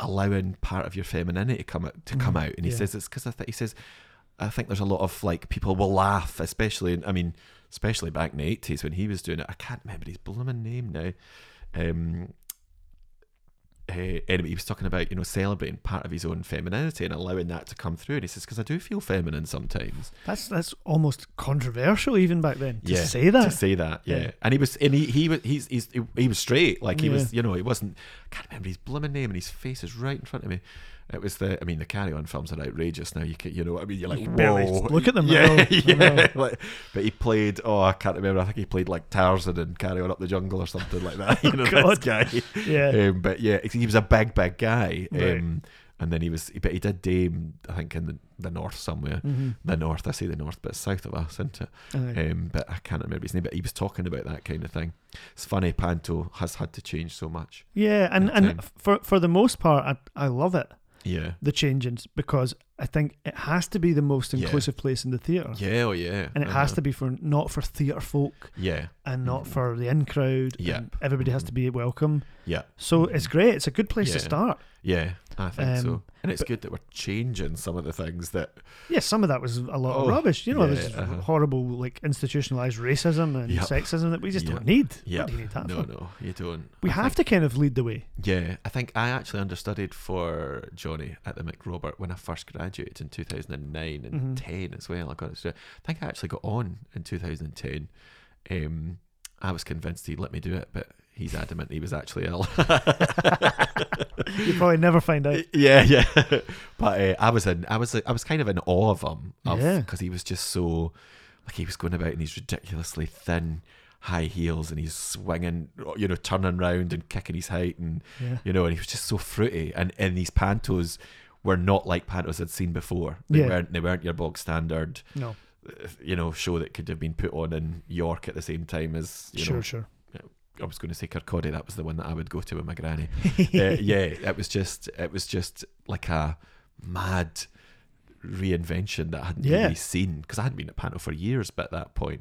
allowing part of your femininity to come out, to come
Mhm.
out, and he
Yeah.
says it's because I think he says I think there's a lot of like people will laugh, especially in, I mean, especially back in the eighties when he was doing it. I can't remember his blooming name now. Um, eh, anyway, he was talking about you know celebrating part of his own femininity and allowing that to come through, and he says because I do feel feminine sometimes.
That's that's almost controversial even back then to
yeah,
say that.
to say that, yeah.
Yeah.
And he was, and he he was, he's, he's he was straight, like he was,
Yeah.
you know, he wasn't. I can't remember his blooming name, and his face is right in front of me. It was the, I mean, the Carry On films are outrageous now. You can, you know, what I mean, you're like,
You can
whoa,
barely look at them, I
yeah,
know, I
yeah. Like, but he played, oh, I can't remember. I think he played like Tarzan and Carry On Up the Jungle or something like that. You know,
Oh, God.
this guy.
yeah.
Um, but yeah, he was a big, big guy. Um,
Right.
And then he was, but he did Dame, I think, in the, the north somewhere.
Mhm.
The north, I say the north, but it's south of us, isn't it?
Aye.
Um, but I can't remember his name, but he was talking about that kind of thing. It's funny, Panto has had to change so much.
yeah, and,
at
and
time.
for for the most part I, I love it,
Yeah.
the changes, because I think it has to be the most
Yeah.
inclusive place in the theatre.
Yeah, oh yeah.
And it has to be for not for theatre folk
Yeah,
and not
Mhm.
for the in crowd. and
Yep.
Everybody has to be welcome.
yeah,
So
Mhm.
it's great. It's a good place to
Yeah.
start.
yeah. I think so.
Um,
And it's
but-
good that we're changing some of the things that.
Yeah, some of that was a lot of
Oh,
rubbish. You know,
yeah,
there's
uh-huh.
horrible like institutionalized racism and
Yep.
sexism that we just
Yep.
don't need.
Yeah.
What do you need that
No,
for?
no, you don't.
We
I
have to kind of lead the way.
think- yeah, I think I actually understudied for Johnny at the McRobert when I first graduated in 2009 and
Mhm.
10 as well. I got it. I think I actually got on in 2010. Um, I was convinced he'd let me do it, but he's adamant he was actually ill.
You probably never find out.
yeah, yeah. But uh, I was in, I was, I was kind of in awe of him,
Yeah.
because he was just so, like he was going about in these ridiculously thin high heels, and he's swinging, you know, turning round and kicking his height, and
Yeah.
you know, and he was just so fruity, and and these pantos were not like pantos I'd seen before. They
Yeah.
weren't, they weren't your bog standard,
No.
uh, you know, show that could have been put on in York at the same time as, you
sure,
know,
sure.
I was going to say Kirkcaldy. That was the one that I would go to with Eh. my granny. uh, yeah, it was just, it was just like a mad reinvention that I hadn't
Yeah.
really seen because I hadn't been at Panto for years. But at that point,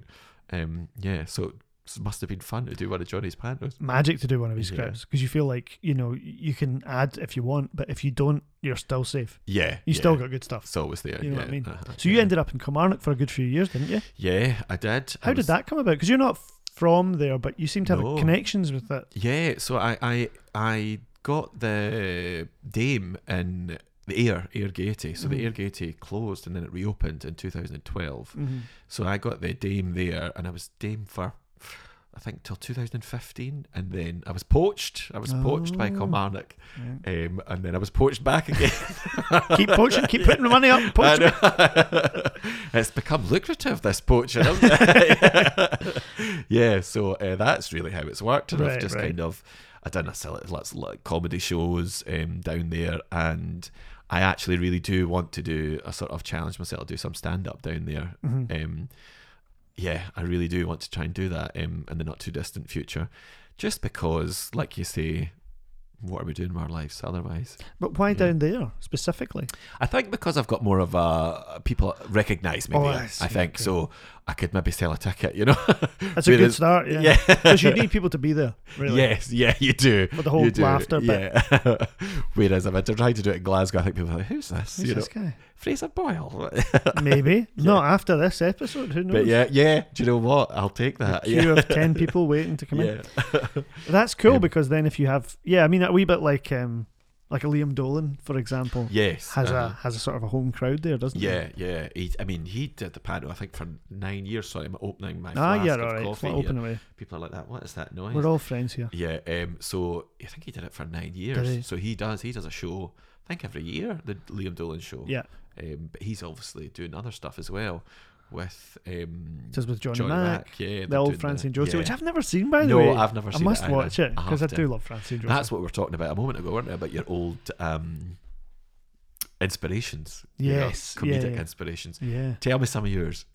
um, yeah, so it must have been fun to do one of Johnny's Pantos.
magic to do one of his
Yeah.
scripts because you feel like you know you can add if you want, but if you don't, you're still safe.
Yeah,
You still
yeah.
got good stuff.
It's always there.
You know
yeah.
what I mean?
uh-huh,
So you
yeah.
ended up in Kilmarnock for a good few years, didn't you?
Yeah, I did. I
How did
was-
that come about? Because you're not from there, but you seem to have
No.
connections with it.
Yeah, so I I I got the Dame in the Air Air Gaiety. So
Mhm.
the Air Gaiety closed and then it reopened in 2012. So I got the Dame there, and I was Dame for. I think till 2015, and then I was poached. I was poached by
Oh.
Kilmarnock,
Right.
um, and then I was poached back again.
Keep poaching, keep putting the money up. and
I
Poaching.
know. it's become lucrative this poaching, hasn't it? yeah, so uh, that's really how it's worked. And
Right,
I've just
right.
kind of I done a select lots of like comedy shows um, down there, and I actually really do want to do a sort of challenge myself to do some stand up down there.
Mm-hmm.
Um, yeah, I really do want to try and do that um, in the not too distant future, just because, like you say. What are we doing with our lives otherwise?
But why
Yeah.
down there specifically?
I think because I've got more of a people recognise me.
Oh,
there,
I
I,
see,
think
okay.
so. I could maybe sell a ticket, you know.
That's a good
With his-
start, yeah.
Yeah.
Because you need people to be there, really.
Yes, yeah, you do.
With the whole
you do.
laughter bit.
yeah. Whereas if I tried to do it in Glasgow, I think people are like, "Who's this?"
Who's
you
this
know,
guy?
Fraser Boyle.
Maybe. Not after this episode, who knows?
but yeah, yeah. Do you know what? I'll take that.
Queue
Yeah,
of 10 people waiting to come in.
yeah.
That's cool
Yeah.
because then if you have, yeah, I mean, a wee bit like um, like a Liam Dolan, for example,
yes.
has a
uh-huh.
has a sort of a home crowd there, doesn't he?
Yeah, yeah. He, I mean, he did the panel. I think for nine years. Sorry, I'm opening my
Ah,
flask
yeah,
of
all right.
coffee.
Flat
here.
open away.
People are like that. What is that noise?
We're all friends here.
Yeah, um, so I think he did it for nine
he?
years. So he does. He does a show, I think every year, the Liam Dolan show.
Yeah.
Um, but he's obviously doing other stuff as well with um,
Just with Johnny,
Johnny
Mac,
Mack. Yeah,
the
they're
old
doing
Francine Josie, which I've never seen by the
no,
way.
I've never
I
seen.
must
it either.
watch it because I,
have to.
do love Francine Josie.
That's what we were talking about a moment ago, weren't it? About your old um, inspirations. you know,
Yes, yeah,
comedic
yeah.
inspirations.
yeah.
Tell me some of yours.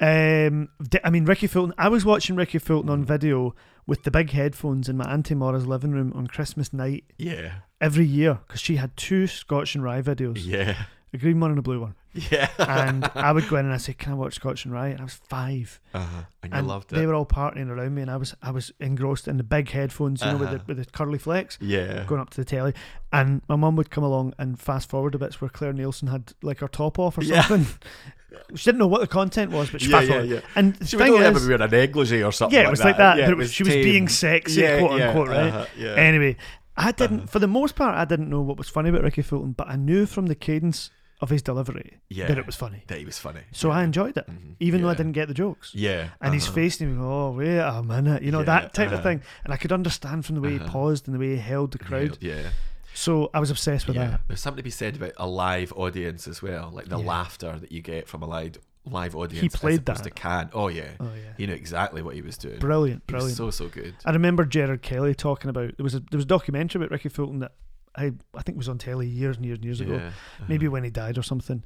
Um, d- I mean Ricky Fulton. I was watching Ricky Fulton on video with the big headphones in my auntie Maura's living room on Christmas night
Yeah.
every year because she had two Scotch and Rye videos,
Yeah.
a green one and a blue one.
Yeah.
And I would go in and I say, "Can I watch Scotch and Rye?" And I was five,
Uh-huh. And you
and
loved
they
it.
were all partying around me, and I was I was engrossed in the big headphones, you know, with the
Uh-huh.
with the curly flecks.
Yeah.
going up to the telly, and my mum would come along and fast forward the bits where Claire Nielsen had like her top off or
Yeah.
something. she didn't know what the content was, but she
Yeah,
fast
yeah,
forward.
yeah.
And the
She would
thing
only ever be
is,
wearing a negligee or something.
yeah, it was like that. but it was, she was
tame.
being sexy,
Yeah,
quote
yeah,
unquote, right?
uh-huh, yeah.
Anyway, I didn't, for the most part, I didn't know what was funny about Ricky Fulton, but I knew from the cadence of his delivery
yeah,
that it was funny.
that he was funny.
So
yeah.
I enjoyed it,
Mhm,
even though I
yeah.
didn't get the jokes.
Yeah,
And his
uh-huh.
face, and he was, oh, wait a minute, you know,
Yeah,
that type of
uh-huh.
thing. And I could understand from the way he
Uh-huh.
paused and the way he held the crowd.
Yeah,
So I was obsessed with
yeah.
that.
There's something to be said about a live audience as well, like the
Yeah.
laughter that you get from a live live audience.
played
as opposed
that.
To can. Oh yeah,
Oh yeah,
he knew exactly what he was doing.
brilliant,
He was
brilliant.
so so good.
I remember Gerard Kelly talking about there was a there was a documentary about Ricky Fulton that I I think was on telly years and years and years
yeah.
ago,
uh-huh.
maybe when he died or something.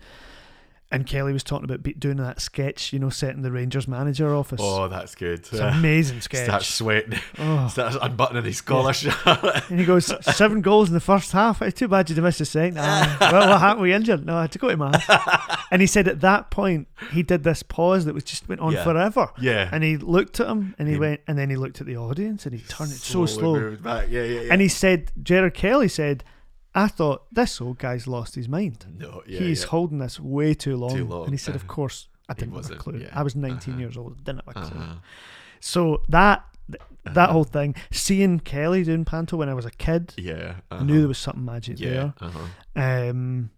And Kelly was talking about be, doing that sketch, you know, setting the Rangers manager office.
Oh, that's good.
it's an amazing sketch.
Starts sweating.
Oh.
Starts unbuttoning his collar.
And he goes seven goals in the first half. It's too bad you missed the second. Ah, well, what happened? We injured. No, I had to go to mass. And he said at that point he did this pause that was just went on
Yeah.
forever.
yeah.
And he looked at him, and he
Him.
went, and then he looked at the audience, and he turned it so
Slowly
slow.
moved back. Yeah, yeah, yeah.
And he said, Gerard Kelly said, I thought this old guy's lost his mind.
no, yeah,
He's
yeah.
holding this way too long.
Too long,
And he said, Of
uh-huh.
course, I didn't have a
wasn't,
clue.
yeah,
I was 19
uh-huh.
years old, didn't have a clue.
Uh-huh.
So that th- that whole thing, seeing Kelly doing Panto when I was a kid,
Yeah, Uh-huh.
I knew there was something magic
Yeah, uh-huh.
there. Um,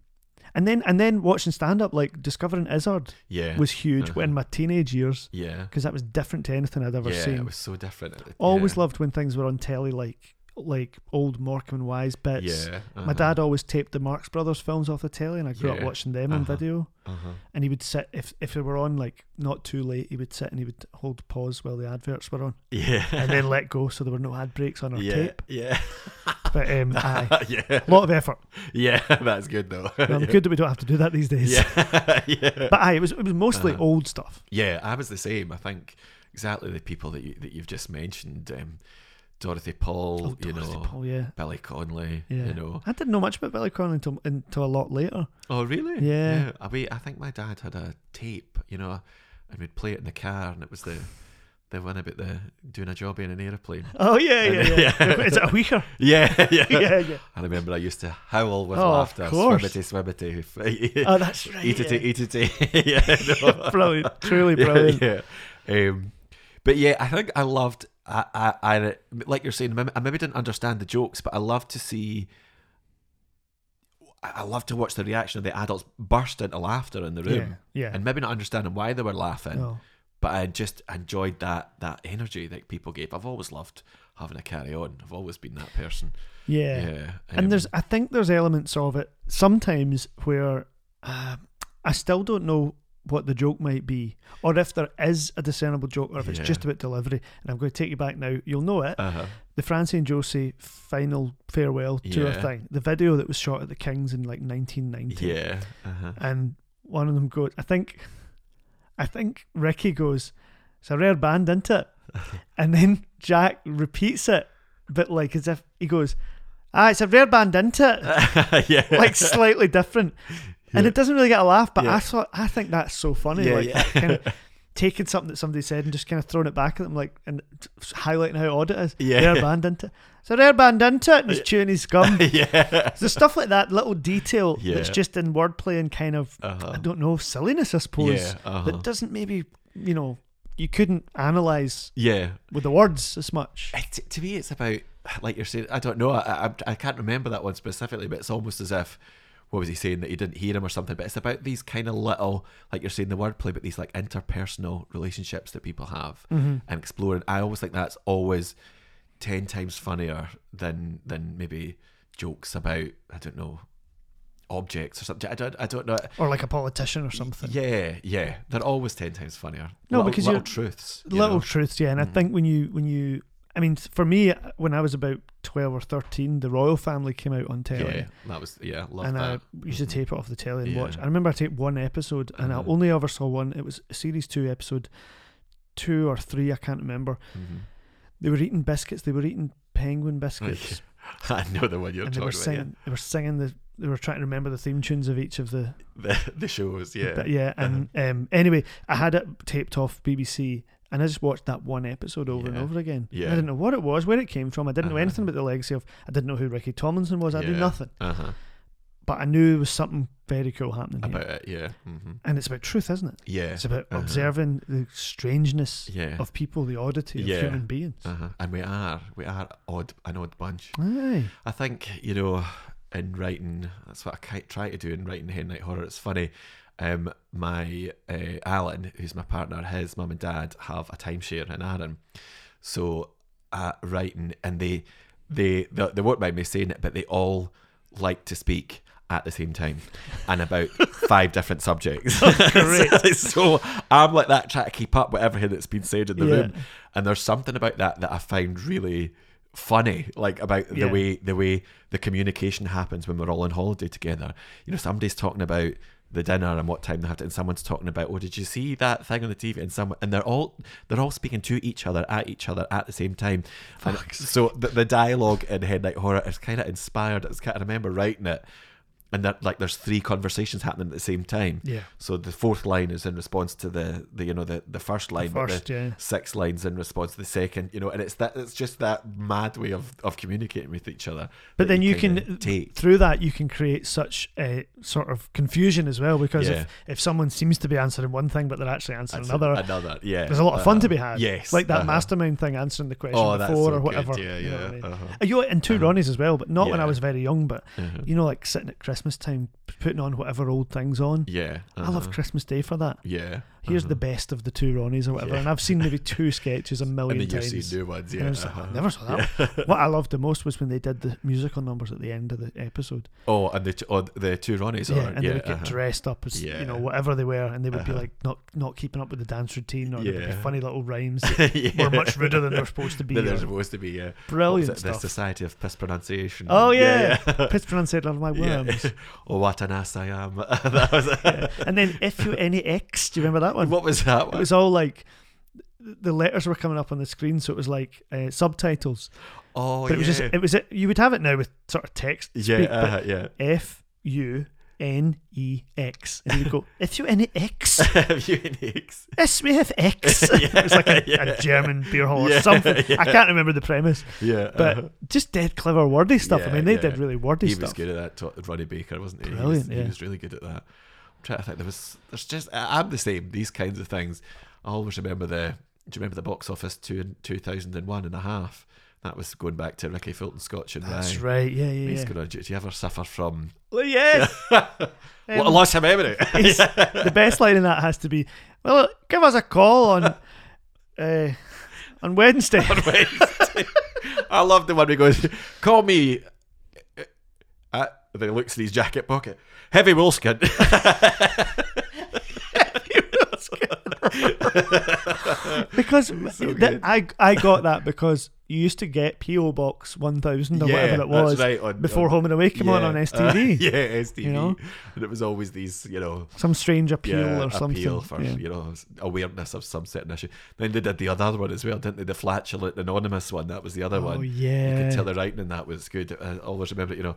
and then and then watching stand up, like discovering Izzard
yeah,
was huge
uh-huh.
in my teenage years
yeah.
because that was different to anything I'd ever
yeah,
seen.
it was so different. It-
Always
yeah.
loved when things were on telly, like like old Morecambe and Wise bits.
Yeah,
My
uh-huh,
dad always taped the Marx Brothers films off the telly, and I grew up
Yeah,
watching them on
uh-huh.
video.
uh-huh.
And he would sit if if they were on like not too late, he would sit and he would hold pause while the adverts were on,
Yeah,
and then let go, so there were no ad breaks on our
yeah,
tape.
yeah,
But um, aye,
yeah,
lot of effort.
yeah. That's good though.
And I'm good that we don't have to do that these days.
yeah, yeah.
But aye, it was it was mostly
Uh-huh.
old stuff.
Yeah, I was the same. I think exactly the people that you that you've just mentioned. Um, Dorothy Paul,
Oh,
you
Dorothy
know,
Paul, yeah.
Billy Conley,
Yeah.
you know.
I didn't know much about Billy Connolly until, until a lot later.
Oh, really?
Yeah.
I, we, I think my dad had a tape, you know, and we'd play it in the car, and it was the the one about the doing a job in an aeroplane.
Oh, yeah, yeah,
And-
yeah.
yeah.
Is it a weaker?
Yeah, yeah.
yeah, yeah.
I remember I used to howl with
Oh, of
laughter. E
course.
Swimmity, swimmity.
Oh, that's right.
eat it,
yeah.
eat it, yeah, no.
Brilliant. Truly brilliant.
Yeah. yeah. Um, but yeah, I think I loved. I, I, I like you're saying. I maybe didn't understand the jokes, but I love to see. I I love to watch the reaction of the adults burst into laughter in the room,
Yeah. yeah. Oh,
and maybe not understanding why they were laughing,
No.
but I just enjoyed that that energy that people gave. I've always loved having a carry on. I've always been that person.
Yeah.
Yeah, um,
and there's, I think there's elements of it sometimes where um I still don't know what the joke might be, or if there is a discernible joke, or if it's
Yeah.
just about delivery. And I'm going to take you back now. You'll know it.
uh-huh.
the Francie and Josie final farewell tour
Yeah.
thing. The video that was shot at the Kings in like 1990.
yeah, uh-huh.
And one of them goes, I think, I think Ricky goes, it's a rare band, isn't it? and then Jack repeats it, but like as if he goes, ah, it's a rare band, isn't it?
uh-huh. yeah,
like slightly different. And it doesn't really get a laugh, but
Yeah.
I thought, I think that's so funny.
Yeah,
like
yeah.
that kind of taking something that somebody said and just kind of throwing it back at them, like and highlighting how odd it is.
Yeah.
rare band into it. It's a rare band into it, and he's chewing his gum.
yeah,
There's stuff like that, little detail that's
Yeah.
just in wordplay and kind of
uh-huh.
I don't know silliness, I suppose.
yeah, uh-huh.
That doesn't maybe you know you couldn't analyze
yeah.
with the words as much.
It, to me, it's about like you're saying. I don't know. I, I I can't remember that one specifically, but it's almost as if what was he saying that he didn't hear him or something. But it's about these kind of little, like you're saying, the wordplay, but these like interpersonal relationships that people have
Mm-hmm.
and exploring. I always think that's always ten times funnier than than maybe jokes about I don't know objects or something. I don't I don't know.
Or like a politician or something.
Yeah, yeah, they're always ten times funnier.
No,
Little-
because
little
you're-
truths. you
Little
know. Mm.
truths, yeah. And I think when you when you I mean for me when I was about twelve or thirteen, the royal family came out on telly.
Yeah, that was yeah. Love
and uh,
that. Mm-hmm.
I used to tape it off the telly and watch.
Yeah.
I remember I taped one episode, and I
Uh-huh.
only ever saw one. It was series two, episode two or three. I can't remember.
Mhm.
They were eating biscuits. They were eating penguin biscuits,
I know the one you're
and they were
talking about.
singing. They were singing the. They were trying to remember the theme tunes of each of the.
Yeah. The, the shows, yeah.
but yeah and um, anyway, I had it taped off BBC. And I just watched that one episode over and
Yeah.
over again. And I
Yeah.
didn't know what it was, where it came from. I didn't know
Uh-huh.
anything about the legacy of. I didn't know who Ricky Tomlinson was. I knew
Yeah.
nothing.
Uh-huh.
But I knew there was something very cool happening here.
About it, yeah. Mm-hmm.
and it's about truth, isn't it?
Yeah.
It's about
Uh-huh.
observing the strangeness
Yeah.
of people, the oddity of
Yeah.
human beings.
Uh-huh. And we are, we are odd, an odd bunch.
Aye.
I think, you know, in writing, that's what I ki- try to do in writing Hen Night Horror. It's funny. Um, my uh, Alan, who's my partner, his mum and dad have a timeshare in Arran. So at writing, and they, they, they, they won't mind me saying it, but they all like to speak at the same time and about five different subjects.
Oh, great.
so I'm like that trying to keep up with everything that's been said in the
Yeah.
room. And there's something about that that I find really funny, like about the
Yeah.
way the way the communication happens when we're all on holiday together. You know, somebody's talking about the dinner and what time they have to, and someone's talking about, oh, did you see that thing on the TV? And someone, and they're all they're all speaking to each other at each other at the same time. And so the, the dialogue in Headlight Horror is kind of inspired. It's kind of, I remember writing it, and that like there's three conversations happening at the same time.
Yeah.
So the fourth line is in response to the, the you know the, the first line, but
first, yeah.
six lines in response to the second, you know, and it's that it's just that mad way of, of communicating with each other.
But
that
then you
kinda
can
take
through that you can create such a sort of confusion as well because
Yeah.
if, if someone seems to be answering one thing but they're actually answering
That's a-
another,
another, yeah.
there's a lot of fun to be
uh-huh.
had.
Yes,
like that
uh-huh.
mastermind thing answering the question before
Oh, that's so
or
good,
whatever.
yeah,
you know what I
yeah,
mean?
uh-huh.
Are you and 2 Ronnies as well? But not when I
Yeah.
was very young. But
Uh-huh.
you know, like sitting at Christmas time, putting on whatever old things on.
Yeah,
I love
uh-huh.
Christmas Day for that.
Yeah,
here's the
uh-huh.
best of the two Ronnies or whatever.
Yeah.
And I've seen maybe two sketches a million
and then you've
times.
seen new ones.
And I
Yeah,
was like, I
uh-huh.
never saw that. one. what I loved the most was when they did the musical numbers at the end of the episode.
Oh, and the t- oh, the two Ronnies
yeah,
are
and
yeah,
they would get
uh-huh.
dressed up as you know
Yeah.
whatever they were, and they would be
Uh-huh.
like not not keeping up with the dance routine, or there'd be
Yeah.
funny little rhymes
yeah.
that were much ruder than they were supposed to be.
That they're
or
supposed to be yeah. What was
brilliant
it? The
stuff.
Society of Mispronunciation.
Oh yeah,
yeah.
yeah. Pittsburgh said "Love my
Yeah.
worms,"
oh, what an ass I am. that was
Yeah. and then "If you any X," do you remember that one?
what was that
It
one?
was all like the letters were coming up on the screen, so it was like uh, subtitles.
Oh,
but
yeah.
it was just it was you would have it now with sort of text.
yeah,
speak, but
uh, yeah.
F U N E X, and you would go F U N E X.
Unix.
Yes, we have X. it was like a,
Yeah.
a German beer hall or
Yeah,
something. I
yeah.
can't remember the premise,
Yeah.
but
uh,
just dead clever wordy stuff. I
Yeah,
mean, they
yeah.
did really wordy
he
stuff.
was good at that. To- Ronnie Baker, wasn't he?
Brilliant,
He was,
yeah.
he was really good at that. I'm trying to think. There was. There's just. I- I'm the same. These kinds of things. I always remember the. Do you remember the box office two in 2001 and a half? That was going back to Ricky Fulton Scotch and
That's
Rye.
right. Yeah,
He's
yeah. yeah.
good on. Do you ever suffer from?
Well, yes.
what a
Um,
loss of memory.
It's- the best line in that has to be, "Well, give us a call on uh, on Wednesday."
Wednesday. I love the one who goes, call me. Uh, then he looks in his jacket pocket. Heavy Wilson.
because
So
that,
good.
I I got that because you used to get PO Box one thousand or whatever it was
That's right, on,
before
on,
Home and Away came on on STV.
Uh, yeah, STV.
You know?
And it was always these, you know,
Some strange appeal
yeah,
or something.
appeal for,
yeah.
you know, awareness of some certain issue. Then they did the other one as well, didn't they? The flatulent anonymous one. That was the other
Oh
one.
yeah.
You could tell the writing in that was good. I always remember, you know,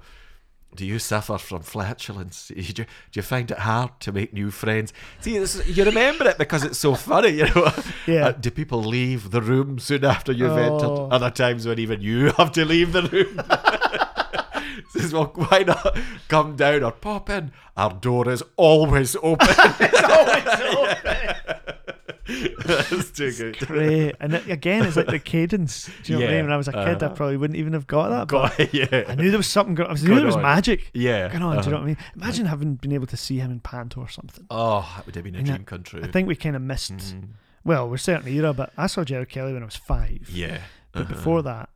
do you suffer from flatulence? Do you, do you find it hard to make new friends? See, this is, you remember it because it's so funny, you know.
Yeah.
Uh, do people leave the room soon after you've
Oh.
entered? Other times when even you have to leave the room. Says, well, why not come down or pop in? Our door is always open. That's too good.
Great. And it, again, it's like the cadence. Do you know what I
Yeah,
mean? When I was a kid, I
uh-huh.
probably wouldn't even have got that. but
God,
I
yeah.
knew there was something. Go- I knew there was
on.
magic.
Yeah.
Going on, do
uh-huh.
you know what I mean? Imagine having been able to see him in Panto or something.
Oh, that would have been a
You know,
dream come true.
I think we kind of missed.
Mhm.
Well, we're certainly era, but I saw Jerry Kelly when I was five.
Yeah.
But
uh-huh.
before that,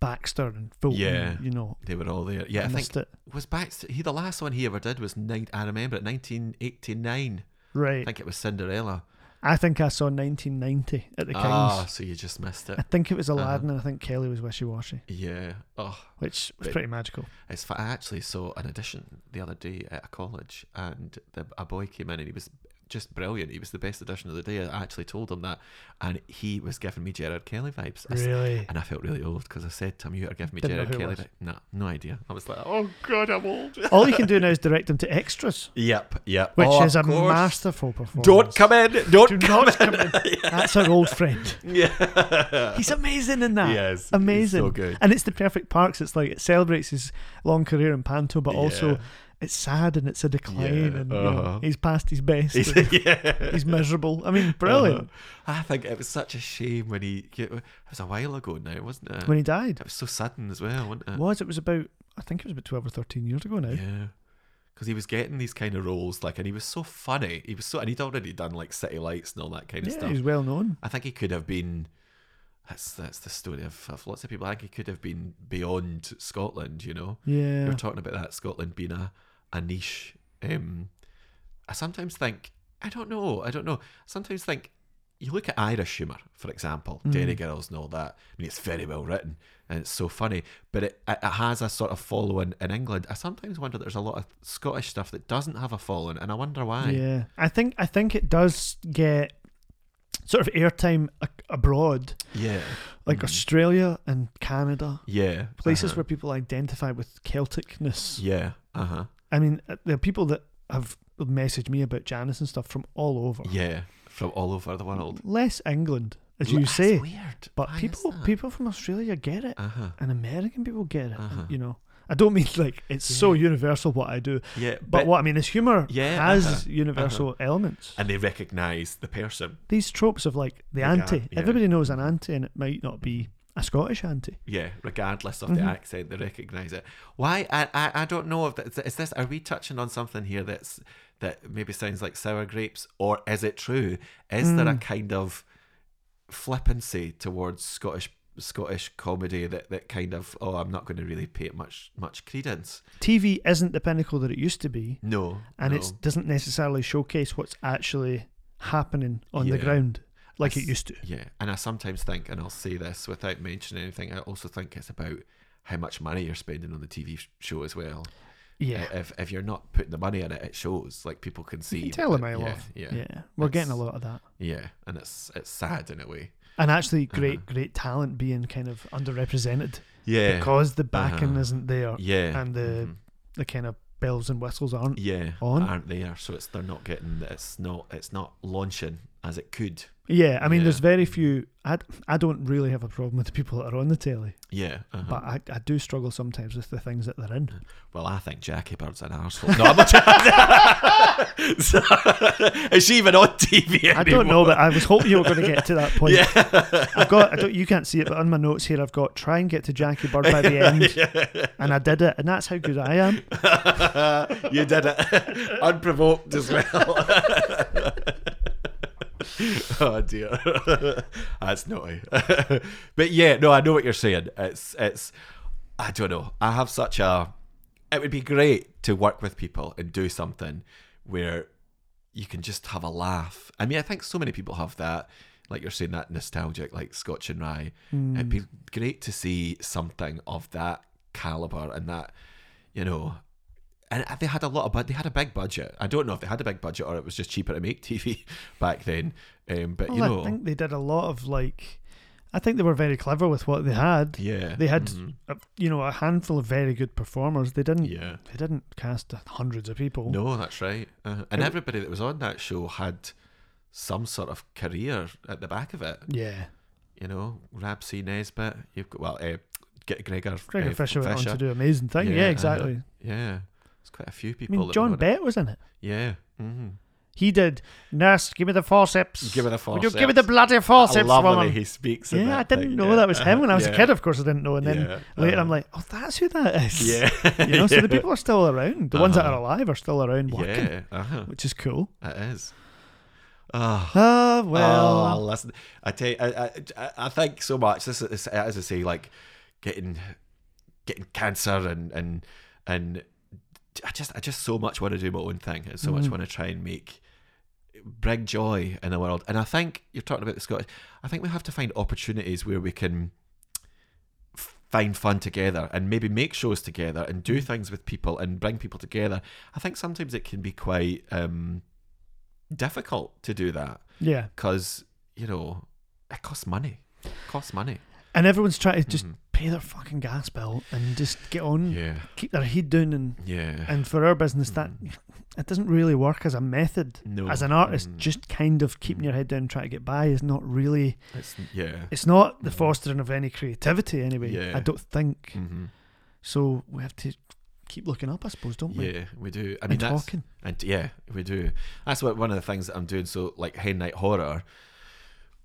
Baxter and Fulton,
Yeah.
you know,
they were all there. Yeah, I think
missed it.
was Baxter. He the last one he ever did was nine. I remember it, 1989. I
Right.
think it was Cinderella.
I think I saw 1990 at the Kings.
Ah, so you just missed it.
I think it was Aladdin,
Uh-huh.
and I think Kelly was Wishy Washy,
Yeah. Oh,
which was
But-
pretty magical.
it's. fa- I actually saw an audition the other day at a college, and the, a boy came in and he was just brilliant. He was the best audition of the day. I actually told him that, and he was giving me Gerard Kelly vibes. I s-
Really?
And I felt really old because I said to him, "You are giving me
Didn't know who
Gerard
it
Kelly."
was.
vibes." No, no idea. I was like, "Oh God, I'm old."
All you can do now is direct them to extras,
Yep, yep.
which
Oh,
is a
of course.
masterful performance.
Don't come in. Don't
Do
come
not come in. That's our old friend.
in. Yeah.
He's amazing in that.
Yes, he's
Amazing.
so good.
And it's the perfect parks. It's like it celebrates his long career in Panto, but also
Yeah.
it's sad and it's a decline
Yeah,
and you know,
uh-huh.
he's past his best.
He's, Uh-huh.
and
yeah.
he's miserable. I mean, brilliant.
Uh-huh. I think it was such a shame when he. It was a while ago now, wasn't it?
When he died.
it was so sudden as well, wasn't it?
Was it was about I think it was about twelve or thirteen years ago now.
Yeah. Because he was getting these kind of roles, like, and he was so funny. He was so, and he'd already done like City Lights and all that kind of
Yeah,
stuff.
he was well known.
I think he could have been. That's that's the story of, of lots of people. I think he could have been beyond Scotland, you know.
Yeah.
We were talking about that Scotland being a, a niche. Um, I sometimes think I don't know. I don't know. sometimes think you look at Irish humour, for example,
Mm.
Dairy Girls and all that. I mean, it's very well written and it's so funny, but it, it has a sort of following in England. I sometimes wonder there's a lot of Scottish stuff that doesn't have a following, and I wonder why.
Yeah. I think I think it does get sort of airtime a- abroad,
Yeah,
like Australia and Canada.
yeah.
Places
Mm-hmm. uh-huh.
where people identify with Celticness.
Yeah. Uh huh.
I mean, uh, there are people that have messaged me about Janice and stuff from all over.
Yeah, from all over the world.
Less England, as
L-
you
that's
say,
weird.
but people people from Australia get it,
Uh huh.
and American people get it.
Uh-huh.
You know, I don't mean like it's so universal what I do,
Yeah,
but, what I mean is humor
Yeah,
has
uh-huh, Uh,
universal elements.
and they recognise the person.
These tropes of like the
Yeah,
anti,
yeah.
everybody knows an anti, and it might not be a Scottish anti.
Yeah, regardless of the accent, they recognise it. Why? I, I I don't know if that, is this. Are we touching on something here that's that maybe sounds like sour grapes, or is it true? Is there a kind of flippancy towards Scottish Scottish comedy that that kind of oh, I'm not going to really pay it much much credence.
TV isn't the pinnacle that it used to be,
No,
and
no.
it doesn't necessarily showcase what's actually happening on the
Yeah.
ground like it
s-
used to.
Yeah, and I sometimes think, and I'll say this without mentioning anything, I also think it's about how much money you're spending on the TV sh- show as well.
Yeah.
Uh, If, if you're not putting the money in it, it shows. Like people can see.
You can
that
tell a
it-
mile
yeah,
off.
Yeah,
Yeah. We're getting a
It's-
lot of that.
yeah, and it's it's sad in a way.
And actually,
Uh-huh.
great, great talent being kind of underrepresented
Yeah,
because the backing
Uh-huh.
isn't there.
yeah,
and the-
mhm.
The kind of bells and whistles aren't.
yeah
on.
aren't there? So it's they're not getting. It's not. It's not launching as it could.
Yeah, I mean,
Yeah.
there's very few. I, I don't really have a problem with the people that are on the telly,
Yeah, uh-huh.
but I, I do struggle sometimes with the things that they're in.
well, I think Jackie Bird's an arsehole. No, I'm not. So- Is she even on TV anymore?
I don't know, but I was hoping you were going to get to that point.
Yeah.
I've got. I don't, you can't see it, but on my notes here, I've got try and get to Jackie Bird by the end, and I did it, and that's how good I am.
you did it unprovoked as well. oh dear, that's naughty. but yeah, no, I know what you're saying. It's it's I don't know. I have such a. It would be great to work with people and do something where you can just have a laugh. I mean, I think so many people have that. Like you're saying, that nostalgic, like Scotch and Rye. It'd be
Mm.
great to see something of that caliber and that, you know. And they had a lot of, but they had a big budget. I don't know if they had a big budget or it was just cheaper to make TV back then. Um, but
Well,
you
Oh,
know,
I think they did a lot of like. I think they were very clever with what they had.
yeah,
They had,
mhm,
a, you know, a handful of very good performers. They didn't.
yeah.
They didn't cast hundreds of people.
No, that's right. Uh, and
It-
everybody that was on that show had some sort of career at the back of it.
Yeah.
You know, Rabsy Nesbitt. You've got well, uh, get Gregor.
Gregor
uh,
Fisher went on to
Fisher.
do amazing thing.
Yeah,
Yeah,
I know.
exactly.
Yeah, it's quite a few
I
people.
mean,
that
John
were on it.
Bett was in it.
Yeah. Mm-hmm.
He did. Nurse, give me the forceps.
Give me the
Would you give me
forceps."
the bloody
I
forceps,
love the way
woman?
he speaks. in
Yeah,
that
I didn't
thing,
know
yeah.
that was him when I was a
Yeah.
kid. Of course, I didn't know. And then
Yeah,
later,
uh-huh.
I'm like, oh, that's who that is.
Yeah,
You know, so the
Yeah.
people are still around. The ones that
Uh-huh.
are alive are still around working,
Yeah, uh-huh.
which is cool.
it is. Oh,
Ah, well.
Oh, I listen. I tell you, I, I, I think so much. This is, as I say, like getting, getting cancer and and and I just, I just so much want to do my own thing and so much
Mhm.
want to try and make, bring joy in the world. And I think you're talking about the Scottish. I think we have to find opportunities where we can f- find fun together and maybe make shows together and do things with people and bring people together. I think sometimes it can be quite um, difficult to do that
yeah.
because you know it costs money. costs money.
And everyone's trying to just mm.
Mhm.
pay their fucking gas bill and just get on,
yeah,
keep their head down. And,
yeah.
and for our business, that
Mhm.
it doesn't really work as a method.
no,
As an artist,
Mhm.
just kind of keeping your head down, trying to get by is not really.
It's- yeah,
It's not the
Mhm.
fostering of any creativity, anyway.
Yeah.
I don't think.
Mhm.
So we have to keep looking up, I suppose, don't we?
yeah. We do. I mean,
and
that's
talking.
and yeah, we do. That's what one of the things that I'm doing. So like Hen Night Horror.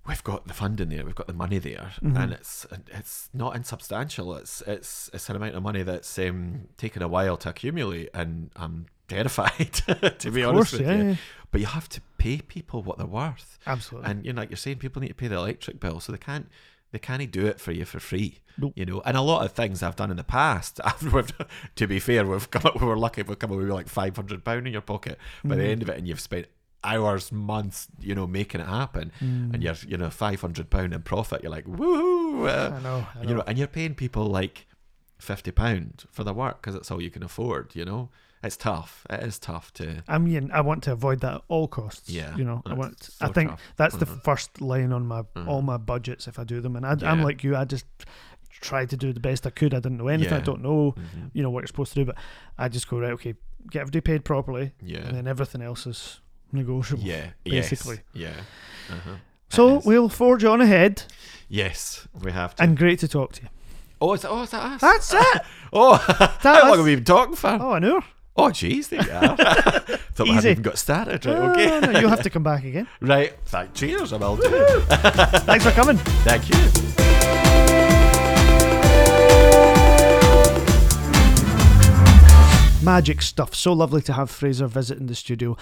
We've got the funding there, we've got the money there,
Mhm.
and it's it's not insubstantial. It's it's it's an amount of money that's um, taken a while to accumulate, and I'm terrified to be
Of course,
honest with
yeah,
you.
yeah.
But you have to pay people what they're worth.
absolutely.
And you know, like you're saying, people need to pay the electric bill, so they can't they can't do it for you for free.
Nope.
You know, and a lot of things I've done in the past. I've, we've, to be fair, we've come up, we were lucky we've come away with like five hundred pound in your pocket by the
Mhm.
end of it, and you've spent hours, months, you know, making it happen,
Mm.
and you're you know five hundred pound in profit. You're like woohoo, uh,
I know. I know.
you know, and you're paying people like fifty pound for the work because it's all you can afford. You know, it's tough. It is tough to.
I mean, I want to avoid that at all costs.
Yeah,
you know, I
that's
want.
so
I think
tough.
that's the
Mhm.
first line on my
Mhm.
all my budgets if I do them. And I, I'm
Yeah.
like you, I just tried to do the best I could. I didn't know anything. I
Yeah.
don't know,
Mhm.
you know, what you're supposed to do. But I just go right, okay, get everybody paid properly,
Yeah.
and then everything else is negotiable.
yeah.
basically.
Yes, yeah. Uh-huh.
So
It is.
we'll forge on ahead,
Yes, we have to.
and great to talk to you.
oh, is that, oh, is that us?
That's it.
oh,
That
how long
was-
have we been talking for?
Oh, an hour.
Oh, jeez, there you are. Thought we
Easy.
hadn't even got started. Right,
No,
okay.
no, no, you'll have to come back again.
Right, thank, cheers, I will do.
Thanks for coming.
Thank you.
Magic stuff. So lovely to have Fraser visiting the studio.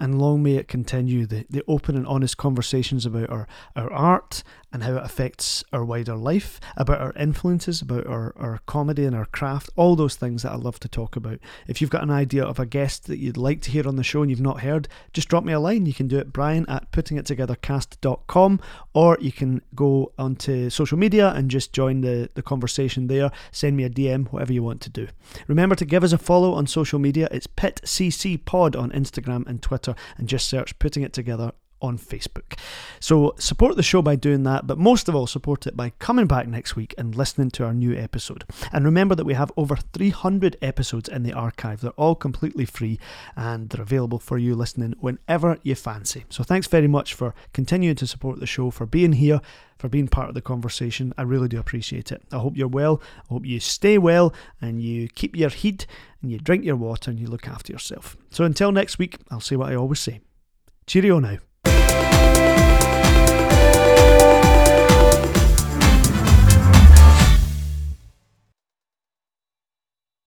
and long may it continue the, the open and honest conversations about our, our art and how it affects our wider life, about our influences, about our, our comedy and our craft, all those things that I love to talk about. If you've got an idea of a guest that you'd like to hear on the show and you've not heard, just drop me a line. You can do it, Brian at puttingittogethercast.com, or you can go onto social media and just join the, the conversation there. Send me a DM, whatever you want to do. Remember to give us a follow on social media. It's PitCC Pod on Instagram and Twitter, and just search Putting It Together on Facebook. So support the show by doing that, but most of all, support it by coming back next week and listening to our new episode. And remember that we have over 300 episodes in the archive. They're all completely free and they're available for you listening whenever you fancy. So thanks very much for continuing to support the show, for being here, for being part of the conversation. I really do appreciate it. I hope you're well. I hope you stay well and you keep your heat and you drink your water and you look after yourself. So until next week, I'll say what I always say. Cheerio now.